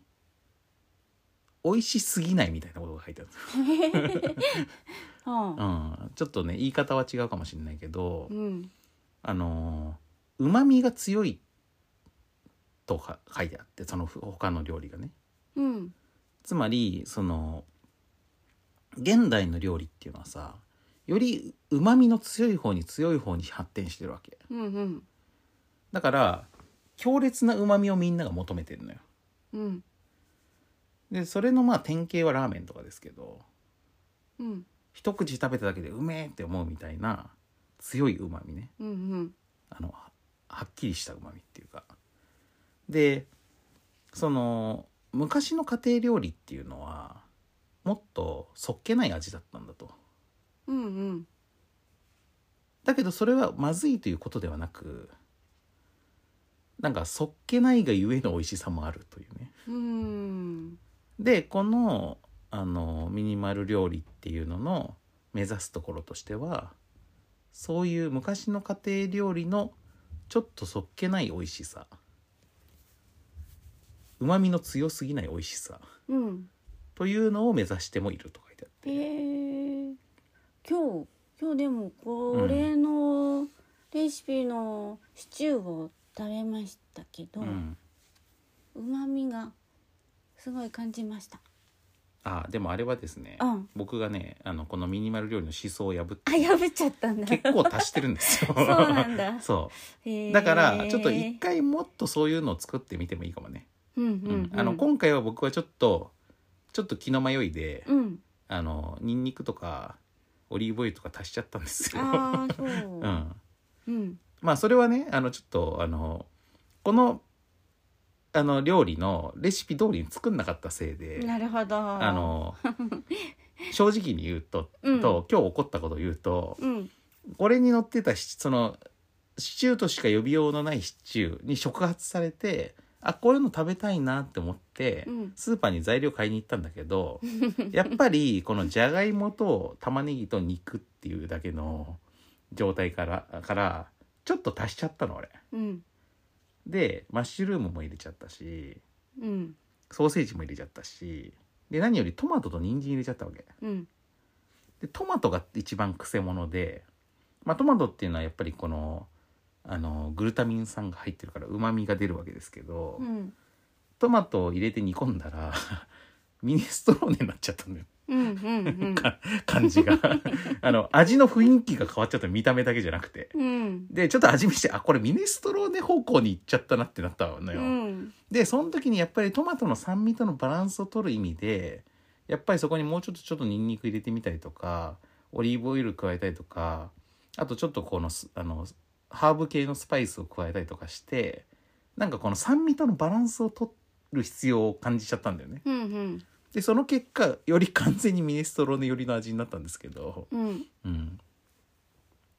Speaker 1: 美味しすぎないみたいなことが書いてある、
Speaker 2: はあ
Speaker 1: うん、ちょっとね言い方は違うかもしれないけど、
Speaker 2: うん
Speaker 1: あのうまみが強いとか書いてあってそのふ他の料理がね
Speaker 2: うん
Speaker 1: つまりその現代の料理っていうのはさよりうまみの強い方に強い方に発展してるわけ
Speaker 2: うんうん
Speaker 1: だから強烈なうまみをみんなが求めてるのよ
Speaker 2: うん
Speaker 1: でそれのまあ典型はラーメンとかですけど
Speaker 2: うん
Speaker 1: 一口食べただけでうめえって思うみたいな強いうまみね
Speaker 2: うんうん
Speaker 1: あのははっきりしたうまみっていうかでその昔の家庭料理っていうのはもっとそっけない味だったんだと
Speaker 2: うんうん
Speaker 1: だけどそれはまずいということではなくなんかそっけないがゆえの美味しさもあるというね
Speaker 2: うん
Speaker 1: でこのあのミニマル料理っていうのの目指すところとしてはそういう昔の家庭料理のちょっとそっけない美味しさうまみの強すぎない美味しさ
Speaker 2: うん
Speaker 1: というのを目指してもいると書いてあって、
Speaker 2: えー、今日今日でもこれのレシピのシチューを食べましたけど、
Speaker 1: うん、
Speaker 2: うまみがすごい感じました
Speaker 1: あでもあれはですね、
Speaker 2: うん
Speaker 1: 僕がねあのこのミニマル料理の思想を破って
Speaker 2: あ破っちゃったんだ
Speaker 1: 結構足してるんですよ
Speaker 2: そうなん だ
Speaker 1: そう
Speaker 2: へー
Speaker 1: だからちょっと一回もっとそういうのを作ってみてもいいかもね
Speaker 2: うん
Speaker 1: うん
Speaker 2: うん
Speaker 1: あの今回は僕はちょっとちょっと気の迷いで、
Speaker 2: うん
Speaker 1: あのニンニクとかオリーブオイルとか足しちゃったんですよ。
Speaker 2: ああそう
Speaker 1: うん、
Speaker 2: うん
Speaker 1: まあそれはねあのちょっとあのこのあの料理のレシピ通りに作んなかったせいで
Speaker 2: なるほど
Speaker 1: あ の正直に言うと,、
Speaker 2: うん
Speaker 1: と今日起こったことを言うと
Speaker 2: うん
Speaker 1: これに載ってたしそのシチューとしか呼びようのないシチューに触発されてあこういうの食べたいなって思って、
Speaker 2: うん
Speaker 1: スーパーに材料買いに行ったんだけ どやっぱりこのじゃがいもと玉ねぎと肉っていうだけの状態からからちょっと足しちゃったの俺。
Speaker 2: うん
Speaker 1: でマッシュルームも入れちゃったし
Speaker 2: うん
Speaker 1: ソーセージも入れちゃったしで何よりトマトと人参入れちゃったわけ。
Speaker 2: うん
Speaker 1: でトマトが一番くせ者で、まあ、トマトっていうのはやっぱりこのあのグルタミン酸が入ってるからうまみが出るわけですけど、
Speaker 2: うん
Speaker 1: トマトを入れて煮込んだらミネストローネになっちゃったんだよ
Speaker 2: うんうん
Speaker 1: か感じが あの味の雰囲気が変わっちゃった見た目だけじゃなくて
Speaker 2: うんうん
Speaker 1: でちょっと味見してあこれミネストローネ方向に行っちゃったなってなったの
Speaker 2: う
Speaker 1: よ、
Speaker 2: ん
Speaker 1: でその時にやっぱりトマトの酸味とのバランスを取る意味でやっぱりそこにもうちょっとちょっとニンニク入れてみたりとかオリーブオイル加えたりとかあとちょっとこのスあのハーブ系のスパイスを加えたりとかしてなんかこの酸味とのバランスを取る必要を感じちゃったんだよね。
Speaker 2: うんうん
Speaker 1: でその結果より完全にミネストローネ寄りの味になったんですけど。
Speaker 2: うん
Speaker 1: うん、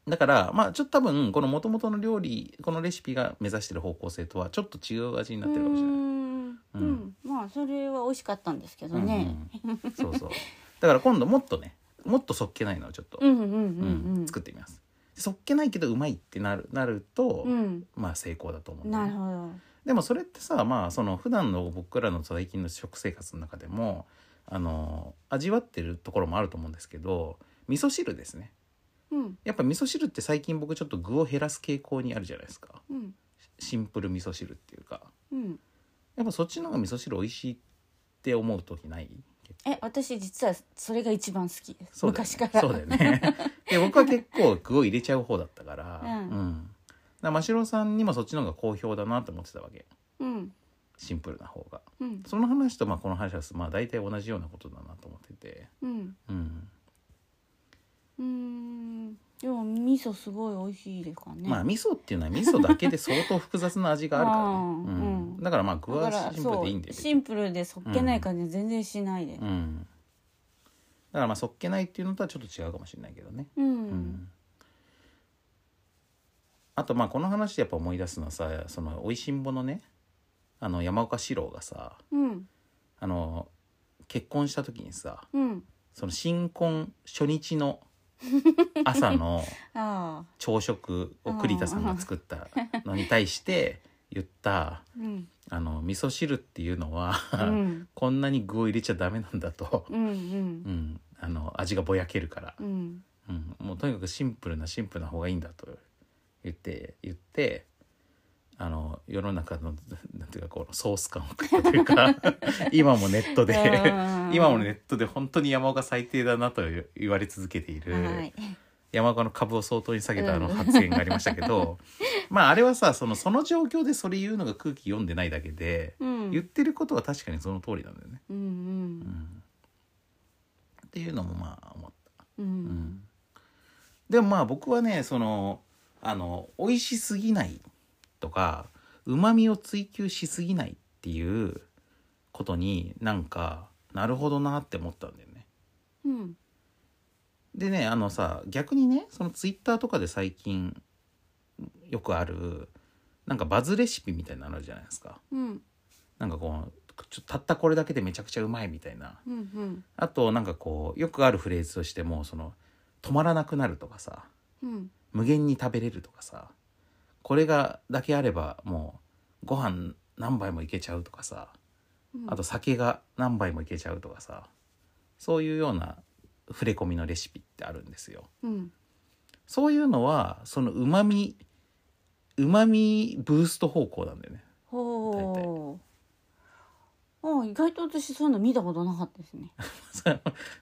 Speaker 1: だからまあちょっと多分この元々の料理このレシピが目指してる方向性とはちょっと違う味になってるかもしれない。
Speaker 2: うーんうんまあそれは美味しかったんですけどね
Speaker 1: うんうん、そうそうだから今度もっとねもっとそっけないのをちょっと、
Speaker 2: うんうんうん
Speaker 1: う
Speaker 2: うん
Speaker 1: ん作ってみますそっけないけどうまいってなるなると、
Speaker 2: うん
Speaker 1: まあ成功だと思うんだよ
Speaker 2: な
Speaker 1: ね
Speaker 2: るほど
Speaker 1: でもそれってさまあその普段の僕らの最近の食生活の中でもあの味わってるところもあると思うんですけど味噌汁ですね
Speaker 2: うん
Speaker 1: やっぱ味噌汁って最近僕ちょっと具を減らす傾向にあるじゃないですか
Speaker 2: うん
Speaker 1: シンプル味噌汁っていうか
Speaker 2: うん
Speaker 1: やっぱそっちの方が味噌汁美味しいって思う時ない
Speaker 2: え私実はそれが一番好きです
Speaker 1: そうだよね
Speaker 2: 昔から
Speaker 1: そうだよね で僕は結構具を入れちゃう方だったから
Speaker 2: うん
Speaker 1: だから真城さんにもそっちの方が好評だなと思ってたわけ
Speaker 2: うん
Speaker 1: シンプルな方が
Speaker 2: うん
Speaker 1: その話とまあこの話はまあ大体同じようなことだなと思ってて
Speaker 2: うん
Speaker 1: うん、
Speaker 2: うーんでも味噌すごい美味しいですからね
Speaker 1: まあ味噌っていうのは味噌だけで相当複雑な味があるからね、
Speaker 2: う
Speaker 1: うん
Speaker 2: ん
Speaker 1: だからまあ具
Speaker 2: だか
Speaker 1: は
Speaker 2: ら
Speaker 1: シンプル
Speaker 2: そ
Speaker 1: でいいんだ
Speaker 2: う
Speaker 1: よ
Speaker 2: シンプルでそっけない感じ全然しないで
Speaker 1: うん、だからまあそっけないっていうのとはちょっと違うかもしれないけどね
Speaker 2: うんう
Speaker 1: うんんあとまあこの話でやっぱ思い出すのはさその「おいしんぼ」のねあの山岡四郎がさ
Speaker 2: うん
Speaker 1: あの結婚した時にさ
Speaker 2: うん
Speaker 1: その新婚初日の朝の
Speaker 2: ああ
Speaker 1: 朝食を栗田さんが作ったのに対して言った
Speaker 2: うん
Speaker 1: 「あの味噌汁っていうのは、
Speaker 2: うん
Speaker 1: こんなに具を入れちゃダメなんだと」
Speaker 2: うんうん
Speaker 1: うん、あの味がぼやけるから
Speaker 2: う、ん
Speaker 1: うん、もうとにかくシンプルなシンプルな方がいいんだと言って言ってあの世の中のなんていうかこのソース感を食ったという か今もネッ トで
Speaker 2: うん
Speaker 1: 今もネットで本当に山岡最低だなと言われ続けている、
Speaker 2: はい
Speaker 1: 山岡の株を相当に下げたあの
Speaker 2: うん
Speaker 1: 発言がありましたけど、まああれはさそのその状況でそれ言うのが空気読んでないだけで、
Speaker 2: うん
Speaker 1: 言ってることは確かにその通りなんだよね。
Speaker 2: う
Speaker 1: うんん、っていうのもまあ思った。
Speaker 2: うんう
Speaker 1: うんんでもまあ僕はねそのあの美味しすぎないとかうまみを追求しすぎないっていうことになんかなるほどなって思ったんだよね。
Speaker 2: うん
Speaker 1: でねあのさ逆にねそのツイッターとかで最近よくあるなんかバズレシピみたいなのあるじゃないですか。
Speaker 2: うん
Speaker 1: なんかこうちょたったこれだけでめちゃくちゃうまいみたいな
Speaker 2: うんうん
Speaker 1: あとなんかこうよくあるフレーズとしてもその止まらなくなるとかさ
Speaker 2: うん
Speaker 1: 無限に食べれるとかさこれがだけあればもうご飯何杯もいけちゃうとかさ
Speaker 2: うん
Speaker 1: あと酒が何杯もいけちゃうとかさそういうような触れ込みのレシピってあるんですよ。
Speaker 2: うん
Speaker 1: そういうのはそのうまみうまみブースト方向なんだよね。
Speaker 2: ほうあ意外と私そういうの見たことなかったですね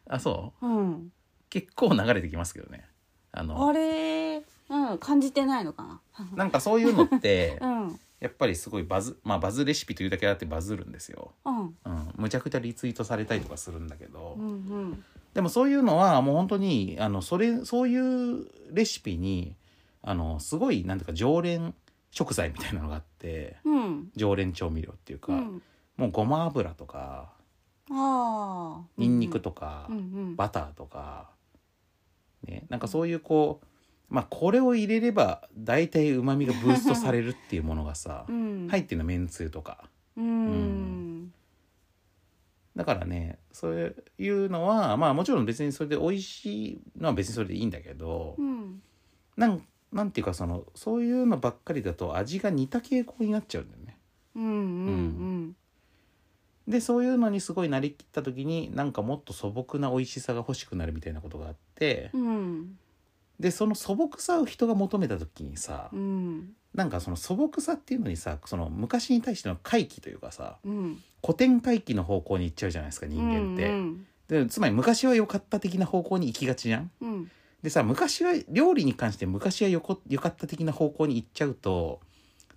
Speaker 1: あそう
Speaker 2: うん
Speaker 1: 結構流れてきますけどね。あの
Speaker 2: あれうん感じてないのか
Speaker 1: なんかそういうのって
Speaker 2: なうん
Speaker 1: やっぱりすごいバズまあバズレシピというだけあってバズるんですよ。
Speaker 2: うん
Speaker 1: うん、むちゃくちゃリツイートされたりとかするんだけど。
Speaker 2: うんうん
Speaker 1: でもそういうのはもう本当にあのそれそういうレシピにあのすごいなんていうか常連食材みたいなのがあって
Speaker 2: うん
Speaker 1: 常連調味料っていうか、
Speaker 2: うん
Speaker 1: もうごま油とか
Speaker 2: ああ
Speaker 1: にんにくとか、
Speaker 2: うんうん
Speaker 1: バターとか、ね、なんかそういうこう、まあ、これを入れれば大体うまみがブーストされるっていうものがさ
Speaker 2: うん
Speaker 1: 入ってるのめんつゆとか
Speaker 2: うん
Speaker 1: だからねそういうのはまあもちろん別にそれで美味しいのは別にそれでいいんだけど。
Speaker 2: うん
Speaker 1: なんなんていうかそのそういうのばっかりだと味が似た傾向になっちゃうんだよね。
Speaker 2: うんうん
Speaker 1: でそういうのにすごいなりきった時になんかもっと素朴な美味しさが欲しくなるみたいなことがあって
Speaker 2: うんうん
Speaker 1: でその素朴さを人が求めた時にさ
Speaker 2: うん
Speaker 1: なんかその素朴さっていうのにさその昔に対しての回帰というかさ
Speaker 2: うん
Speaker 1: 古典回帰の方向に行っちゃうじゃないですか人間って。
Speaker 2: うん
Speaker 1: でつまり昔は良かった的な方向に行きがちじゃん
Speaker 2: うん
Speaker 1: でさ昔は料理に関して昔はよこ良かった的な方向に行っちゃうと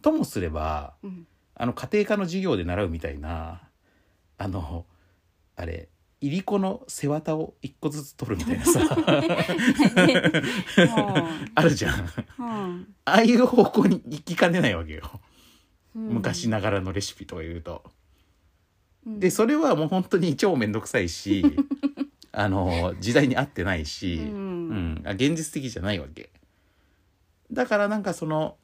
Speaker 1: ともすれば
Speaker 2: うん
Speaker 1: あの家庭科の授業で習うみたいなあのあれいりこの背わたを一個ずつ取るみたいな さあるじゃん
Speaker 2: うん
Speaker 1: ああいう方向に行きかねないわけよ、
Speaker 2: うん
Speaker 1: 昔ながらのレシピとか言うと。
Speaker 2: うん
Speaker 1: でそれはもう本当に超面倒くさい しあの時代に合ってないし、
Speaker 2: うん
Speaker 1: うんあ現実的じゃないわけだからなんかその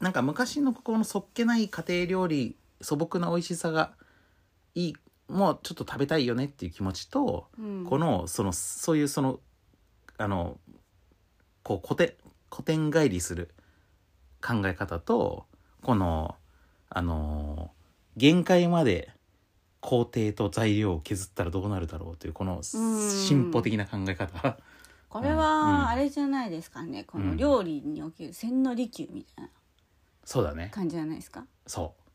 Speaker 1: なんか昔のここのそっけない家庭料理素朴な美味しさがいいもうちょっと食べたいよねっていう気持ちと、
Speaker 2: うん
Speaker 1: このそのそういうそのあのこう古典古典返りする考え方とこのあの限界まで工程と材料を削ったらどうなるだろうというこの進歩的な考え方
Speaker 2: これ
Speaker 1: うん
Speaker 2: はあれじゃないですかね、こ
Speaker 1: う
Speaker 2: の
Speaker 1: ん
Speaker 2: 料理における千利休みたいな
Speaker 1: そうだね
Speaker 2: 感じじゃないですか、
Speaker 1: そう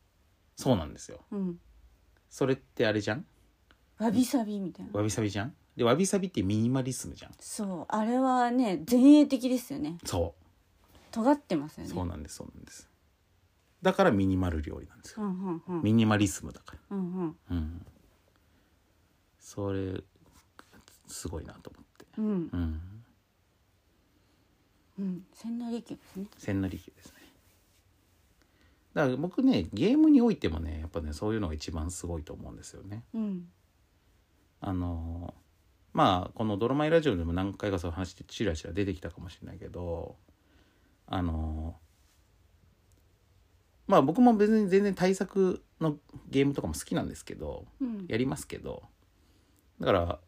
Speaker 1: そうなんですよ
Speaker 2: うん、
Speaker 1: それってあれじゃん
Speaker 2: わびさびみたいな
Speaker 1: わびさびじゃんでわびさびってミニマリスムじゃん
Speaker 2: そうあれはね前衛的ですよね
Speaker 1: そ
Speaker 2: 尖ってますよ
Speaker 1: う
Speaker 2: ね
Speaker 1: そうなんですそうなんですだからミニマル料理なんですよ
Speaker 2: うんうんうん
Speaker 1: ミニマリスムだから
Speaker 2: うん
Speaker 1: うん、それすごいなと思って、
Speaker 2: うんうん
Speaker 1: うん、
Speaker 2: うん千利休ですね
Speaker 1: 千利休ですねだから僕ねゲームにおいてもねやっぱねそういうのが一番すごいと思うんですよね
Speaker 2: うん
Speaker 1: あのーまあこの「ドロマイラジオ」でも何回かそういう話でチラチラ出てきたかもしれないけどあのーまあ僕も別に全然対策のゲームとかも好きなんですけど
Speaker 2: うん
Speaker 1: やりますけどだから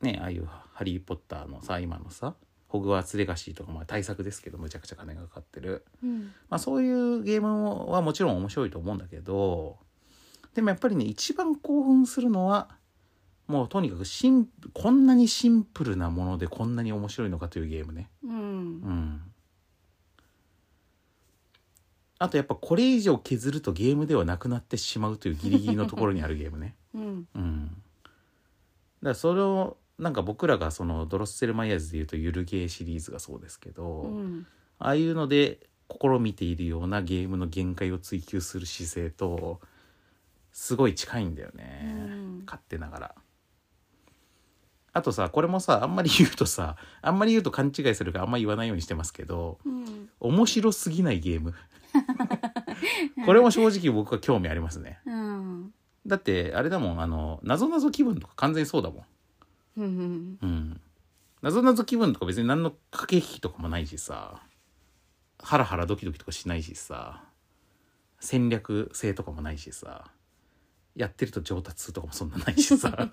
Speaker 1: ねああいう「ハリー・ポッター」のさ今のさ「ホグワーツ・レガシー」とかまあ対策ですけどむちゃくちゃ金がかかってる、
Speaker 2: うん
Speaker 1: まあ、そういうゲームはもちろん面白いと思うんだけどでもやっぱりね一番興奮するのはもうとにかくシンこんなにシンプルなものでこんなに面白いのかというゲームね。
Speaker 2: うん
Speaker 1: うんあとやっぱこれ以上削るとゲームではなくなってしまうというギリギリのところにあるゲームね。
Speaker 2: うん
Speaker 1: うん、だからそれをなんか僕らがそのドロッセルマイヤーズでいうと「ゆるゲー」シリーズがそうですけど、
Speaker 2: うん
Speaker 1: ああいうので試みているようなゲームの限界を追求する姿勢とすごい近いんだよね、
Speaker 2: うん
Speaker 1: 勝手ながら。あとさこれもさあんまり言うとさあんまり言うと勘違いするからあんま言わないようにしてますけど
Speaker 2: うん
Speaker 1: 面白すぎないゲー ムこれも正直僕は興味ありますね
Speaker 2: うん
Speaker 1: だってあれだもんあの謎謎気分とか完全にそうだもん
Speaker 2: うん
Speaker 1: うん。なぞなぞ気分とか別に何の駆け引きとかもないしさ、ハラハラドキドキとかしないしさ、戦略性とかもないしさ、やってると上達とかもそんなないしさ。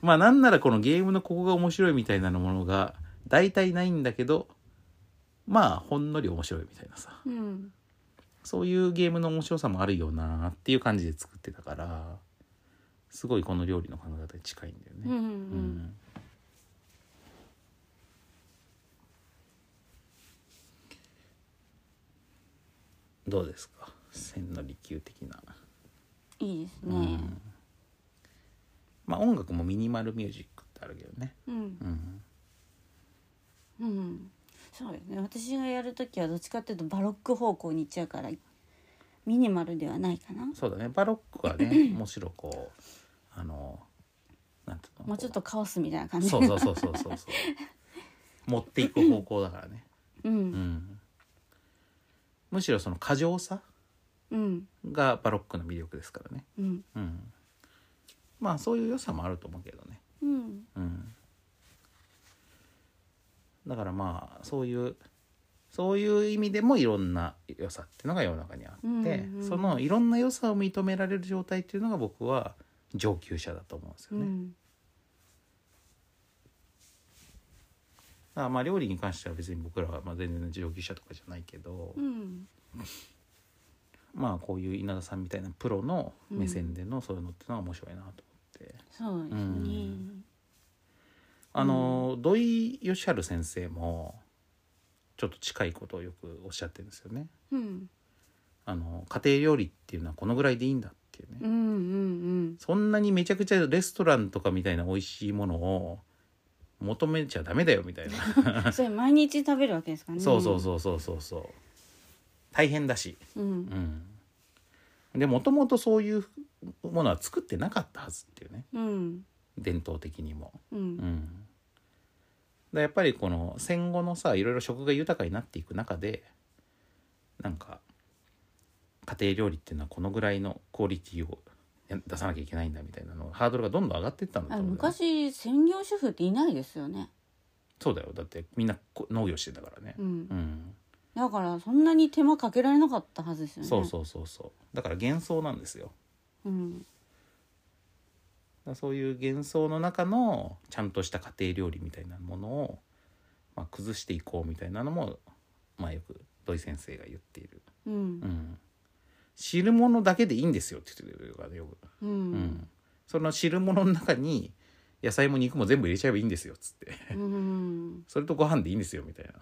Speaker 1: まあなんならこのゲームのここが面白いみたいなものが大体ないんだけど、まあほんのり面白いみたいなさ。
Speaker 2: うん
Speaker 1: そういうゲームの面白さもあるよなっていう感じで作ってたから、すごいこの料理の考え方に近いんだよね。
Speaker 2: うんう
Speaker 1: うんんどうですか千利休的な、
Speaker 2: いいです
Speaker 1: う
Speaker 2: ね
Speaker 1: んまあ音楽もミニマルミュージックってあるけどね、
Speaker 2: うん
Speaker 1: うん、
Speaker 2: うん、そうですね私がやるときはどっちかっていうとバロック方向に行っちゃうからミニマルではないかな
Speaker 1: そうだねバロックはね むしろこうあのなんていうの
Speaker 2: もうちょっ
Speaker 1: こと
Speaker 2: カオスみたいな感
Speaker 1: う
Speaker 2: じ
Speaker 1: そうそうそうそうそう そう持っていく方向だからね、
Speaker 2: う
Speaker 1: うんん、むしろその過剰さ
Speaker 2: うん
Speaker 1: がバロックの魅力ですからね
Speaker 2: うん
Speaker 1: うん、まあそういう良さもあると思うけどね、
Speaker 2: うん
Speaker 1: うん、だからまあそういうそういう意味でもいろんな良さっていうのが世の中にあって、
Speaker 2: うんうん
Speaker 1: そのいろんな良さを認められる状態っていうのが僕は上級者だと思うんです
Speaker 2: う
Speaker 1: よね。だ
Speaker 2: ん
Speaker 1: からまあ料理に関しては別に僕らはまあ全然上級者とかじゃないけど、
Speaker 2: うん
Speaker 1: まあこういう稲田さんみたいなプロの目線でのそういうのっていうのは面白いなと思って。
Speaker 2: そうですね
Speaker 1: あの、土井善晴先生もちょっと近いことをよくおっしゃってるんですよね。
Speaker 2: うん
Speaker 1: あの家庭料理っていうのはこのぐらいでいいんだっていうね、
Speaker 2: うんうんうん
Speaker 1: そんなにめちゃくちゃレストランとかみたいな美味しいものを求めちゃダメだよみたいな
Speaker 2: それ毎日食べるわけですからね
Speaker 1: そうそうそうそうそうそう大変だし
Speaker 2: う、うん
Speaker 1: うんでもともとそういうものは作ってなかったはずっていうね
Speaker 2: うん
Speaker 1: 伝統的にも
Speaker 2: う
Speaker 1: うんんだやっぱりこの戦後のさいろいろ食が豊かになっていく中でなんか家庭料理っていうのはこのぐらいのクオリティを出さなきゃいけないんだみたいなのハードルがどんどん上がっていったんだ
Speaker 2: あ
Speaker 1: と
Speaker 2: の
Speaker 1: 思う、ね、
Speaker 2: 昔専業主婦っていないですよね、
Speaker 1: そうだよだってみんなこ農業してたからね
Speaker 2: うん
Speaker 1: う、ん、
Speaker 2: だからそんなに手間かけられなかったはずですよね
Speaker 1: そうそうそうそうだから幻想なんですよ
Speaker 2: う、うん、
Speaker 1: だからそういう幻想の中のちゃんとした家庭料理みたいなものを、まあ、崩していこうみたいなのも、まあ、よく土井先生が言っている、
Speaker 2: うん
Speaker 1: う、ん、汁物だけでいいんですよって言ってるからねよく、
Speaker 2: う
Speaker 1: うんん、その汁物の中に野菜も肉も全部入れちゃえばいいんですよっつって
Speaker 2: うん
Speaker 1: それとご飯でいいんですよみたいな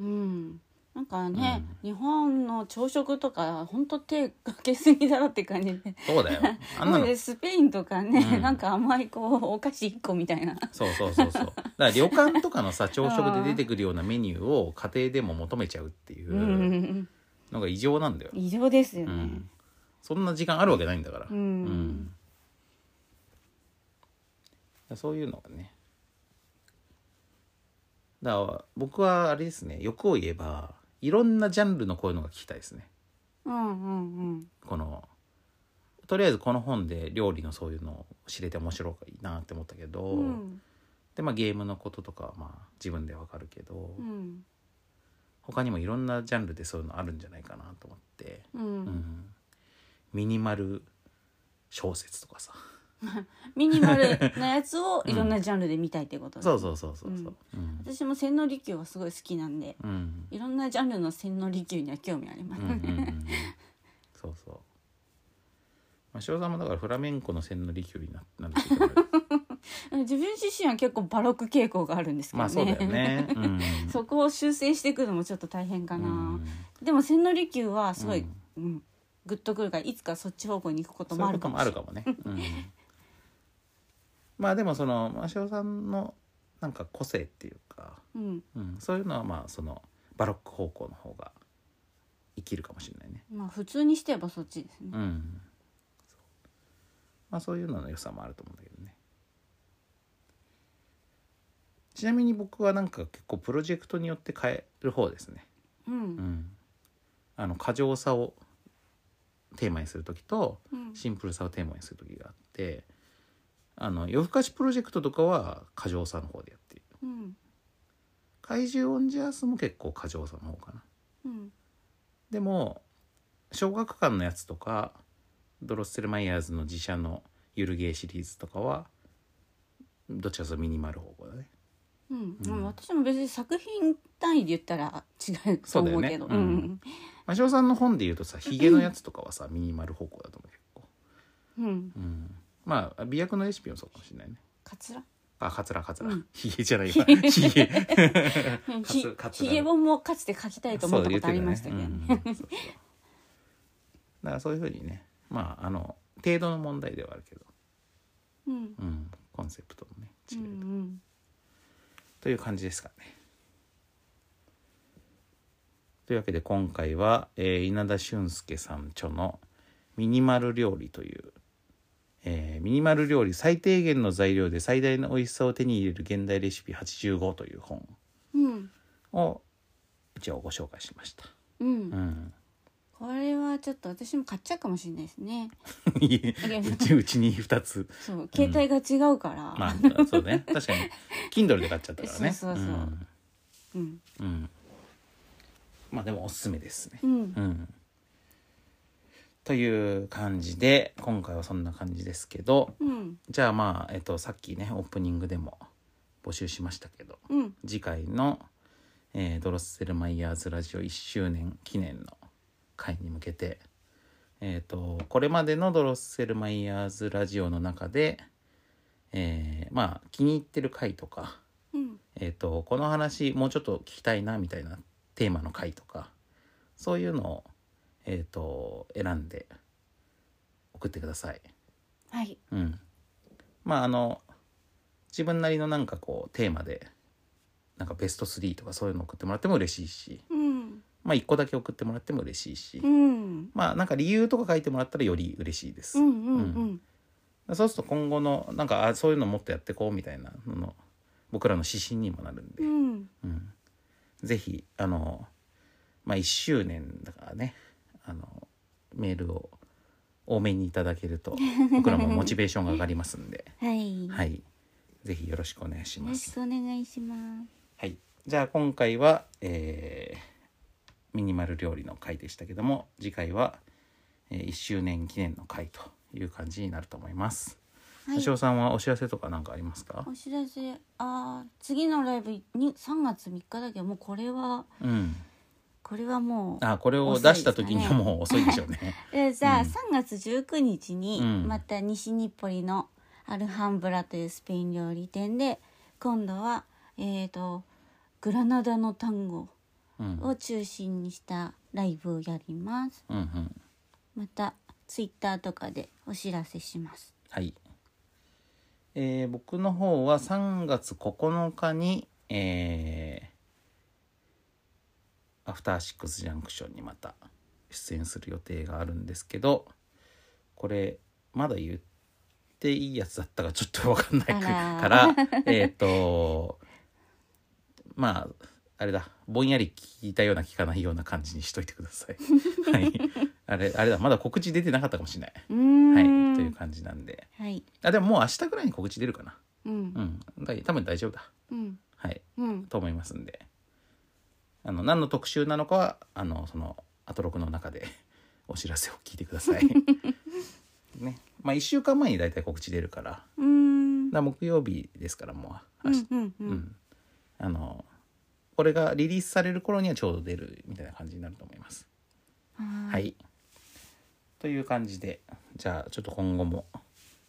Speaker 2: うんなんかね、日本の朝食とか本当手かけすぎだろって感じで
Speaker 1: そうだよあんなの
Speaker 2: でスペインとかね、
Speaker 1: うん
Speaker 2: なんか甘いこうお菓子1個みたいな
Speaker 1: そうそうそうそうだから旅館とかのさ朝食で出てくるようなメニューを家庭でも求めちゃうっていううんのが異常なんだよ、
Speaker 2: 異常ですよ
Speaker 1: う
Speaker 2: ね
Speaker 1: ん、そんな時間あるわけないんだから、
Speaker 2: う
Speaker 1: うんんそういうのがねだから僕はあれですね欲を言えばいろんなジャンルのこういうのが聞きたいですね
Speaker 2: うんうんうん
Speaker 1: このとりあえずこの本で料理のそういうのを知れて面白いなって思ったけど、
Speaker 2: うん
Speaker 1: でまあゲームのこととかはまあ自分でわかるけど、
Speaker 2: うん
Speaker 1: 他にもいろんなジャンルでそういうのあるんじゃないかなと思って、
Speaker 2: う
Speaker 1: うんん、ミニマル小説とかさ
Speaker 2: ミニマルなやつをいろんなジャンルで見たいってことです
Speaker 1: そうそうそうそうそううん
Speaker 2: 私も千利休はすごい好きなんで
Speaker 1: うん
Speaker 2: いろんなジャンルの千利休には興味ありま
Speaker 1: う
Speaker 2: す、
Speaker 1: んうんうんうんそうそうまあ塩さんもだからフラメンコの千利休にななんでしょうけど
Speaker 2: 自分自身は結構バロック傾向があるんですけどね,、
Speaker 1: まあそうだよねうん
Speaker 2: そこを修正していくのもちょっと大変かな、
Speaker 1: うん
Speaker 2: でも千利休はすごい、
Speaker 1: う
Speaker 2: うんんグッとくるからいつかそっち方向に行くこと
Speaker 1: そう
Speaker 2: も
Speaker 1: い
Speaker 2: あ
Speaker 1: うこ
Speaker 2: る
Speaker 1: と
Speaker 2: かも
Speaker 1: も
Speaker 2: し
Speaker 1: ある
Speaker 2: れない
Speaker 1: かもね、うん、まあでもそのまあ塩さんのなんか個性っていうか、
Speaker 2: うん
Speaker 1: うん、そういうのはまあそのバロック方向の方が生きるかもしれないね
Speaker 2: まあ普通にしてればそっちですね
Speaker 1: うんそうまあそういうのの良さもあると思うんだけどねちなみに僕はなんか結構プロジェクトによって変える方ですね、
Speaker 2: うんう
Speaker 1: うんん、あの過剰さをテーマにする時と
Speaker 2: うん
Speaker 1: シンプルさをテーマにする時があってあの夜更かしプロジェクトとかは過剰さの方でやっている
Speaker 2: うん
Speaker 1: 怪獣オンジャースも結構過剰さの方かな
Speaker 2: うん
Speaker 1: でも小学館のやつとかドロッセルマイヤーズの自社のゆるゲーシリーズとかはどっちかというとミニマル方向だね
Speaker 2: うん
Speaker 1: うん
Speaker 2: 私も別に作品単位で言ったら違うと思うけど
Speaker 1: そうだよね真汐さんの本で言うとさヒゲのやつとかはさミニマル方向だと思う結構、
Speaker 2: うんうん
Speaker 1: うん、まあ美薬のレシピもそうかもしれないね
Speaker 2: カツラ
Speaker 1: あカツラカツラ、
Speaker 2: うん
Speaker 1: ヒゲじゃないわ ヒゲ
Speaker 2: ひ
Speaker 1: カツラ
Speaker 2: ひげ本もかつて書きたいと思ったことありましたけど
Speaker 1: そう
Speaker 2: ね
Speaker 1: 言ってたねうんそうそうだからそういうふうにねまああの程度の問題ではあるけど、
Speaker 2: うん
Speaker 1: うん、コンセプトもね違
Speaker 2: う
Speaker 1: う、
Speaker 2: ん
Speaker 1: という感じですかね。というわけで今回は、えー稲田俊介さん著の「ミニマル料理」という、えーミニマル料理最低限の材料で最大の美味しさを手に入れる現代レシピ85という本
Speaker 2: うん
Speaker 1: を一応ご紹介しました。
Speaker 2: うんう
Speaker 1: うんん、
Speaker 2: これはちょっと私も買っちゃうかもしれないですね
Speaker 1: いえうちうちに2つ
Speaker 2: そう携帯が違うから、
Speaker 1: まあそうね確かに Kindle で買っちゃったからね。
Speaker 2: そうそうそうんうん
Speaker 1: うんうんまあでもおすすめですね。
Speaker 2: うん
Speaker 1: うん。という感じで今回はそんな感じですけど
Speaker 2: うん
Speaker 1: じゃあまあ、えっと、さっきねオープニングでも募集しましたけど
Speaker 2: うん
Speaker 1: 次回の、えードロッセルマイヤーズラジオ1周年記念の回に向けて、えっとこれまでのドロッセルマイヤーズラジオの中で、えーまあ気に入ってる回とか
Speaker 2: うん
Speaker 1: えー、とこの話もうちょっと聞きたいなみたいなテーマの回とかそういうのを、えー、と選んで送ってください。
Speaker 2: はい
Speaker 1: うん、まああの自分なりのなんかこうテーマでなんかベスト3とかそういうの送ってもらっても嬉しいし、
Speaker 2: うん
Speaker 1: まあ、1個だけ送ってもらっても嬉しいし、
Speaker 2: うん
Speaker 1: まあなんか理由とか書いてもらったらより嬉しいです、
Speaker 2: うんうんうん
Speaker 1: そうすると今後のなんかあそういうのもっとやってこうみたいなのの僕らの指針にもなるんで
Speaker 2: う、ん
Speaker 1: うん、ぜひあのまあ1周年だからねあのメールを多めにいただけると僕らもモチベーションが上がりますんで。
Speaker 2: はい、
Speaker 1: はい。ぜひよろしくお願いし
Speaker 2: よ
Speaker 1: ま
Speaker 2: ろ
Speaker 1: す。
Speaker 2: しくお願いします
Speaker 1: はい。じゃあ今回は、えーミニマル料理の回でしたけども、次回は、え1周年記念の回という感じになると思います。
Speaker 2: はい
Speaker 1: しおさんはお知らせとかなんかありますか
Speaker 2: お？知らせあー次のライブに3月3日だけどもうこれは
Speaker 1: うん。
Speaker 2: これはもう
Speaker 1: あ、これを出した時にはもう遅いでしょうね。
Speaker 2: えーじゃあ、
Speaker 1: うん
Speaker 2: 3月19日に
Speaker 1: うん
Speaker 2: また西日暮里のアルハンブラというスペイン料理店で今度はえー、とグラナダの単語
Speaker 1: うん。
Speaker 2: を中心にしたライブをやります
Speaker 1: うんうん。
Speaker 2: またツイッターとかでお知らせします
Speaker 1: はい。えー僕の方は3月9日に、えーアフターシックスジャンクションにまた出演する予定があるんですけど、これ、まだ言っていいやつだったかちょっとわかんないか
Speaker 2: あ
Speaker 1: ら、 えっと、まあ、あれだ、ぼんやり聞いたような聞かないような感じにしといてください。はい。あれ、あれだ、まだ告知出てなかったかもしれない。
Speaker 2: うーん
Speaker 1: はい、という感じなんで。
Speaker 2: はい
Speaker 1: あ、でももう明日ぐらいに告知出るかな。
Speaker 2: うん
Speaker 1: うん。だい多分大丈夫だ。
Speaker 2: うん
Speaker 1: はい。
Speaker 2: うん
Speaker 1: と思いますんで。あの、何の特集なのかは、あの、その、アトロクの中で お知らせを聞いてください。ね。まあ、1週間前に大体告知出るから。だか
Speaker 2: うーん
Speaker 1: ら木曜日ですから、もう。
Speaker 2: う
Speaker 1: 明
Speaker 2: ん
Speaker 1: 日。
Speaker 2: うんう
Speaker 1: うんん、あの、これがリリースされる頃にはちょうど出るみたいな感じになると思います。
Speaker 2: は
Speaker 1: はいい。という感じで、じゃあちょっと今後も、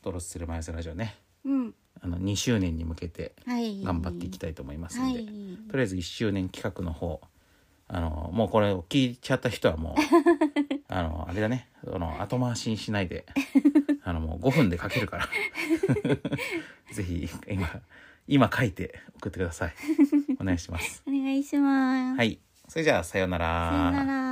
Speaker 1: ドロスするマイスラジオね、
Speaker 2: うん
Speaker 1: あの2周年に向けて
Speaker 2: はい
Speaker 1: 頑張っていきたいと思います
Speaker 2: は
Speaker 1: の
Speaker 2: い
Speaker 1: で、とりあえず1周年企画の方、あの、もうこれを聞いちゃった人はもう、 あの、あれだね、その後回しにしないで、あの、もう5分で書ける から、ぜひ今、今書いて 送ってください。お願いします。
Speaker 2: お願いします
Speaker 1: はい。それじゃあ、さよう
Speaker 2: さよなら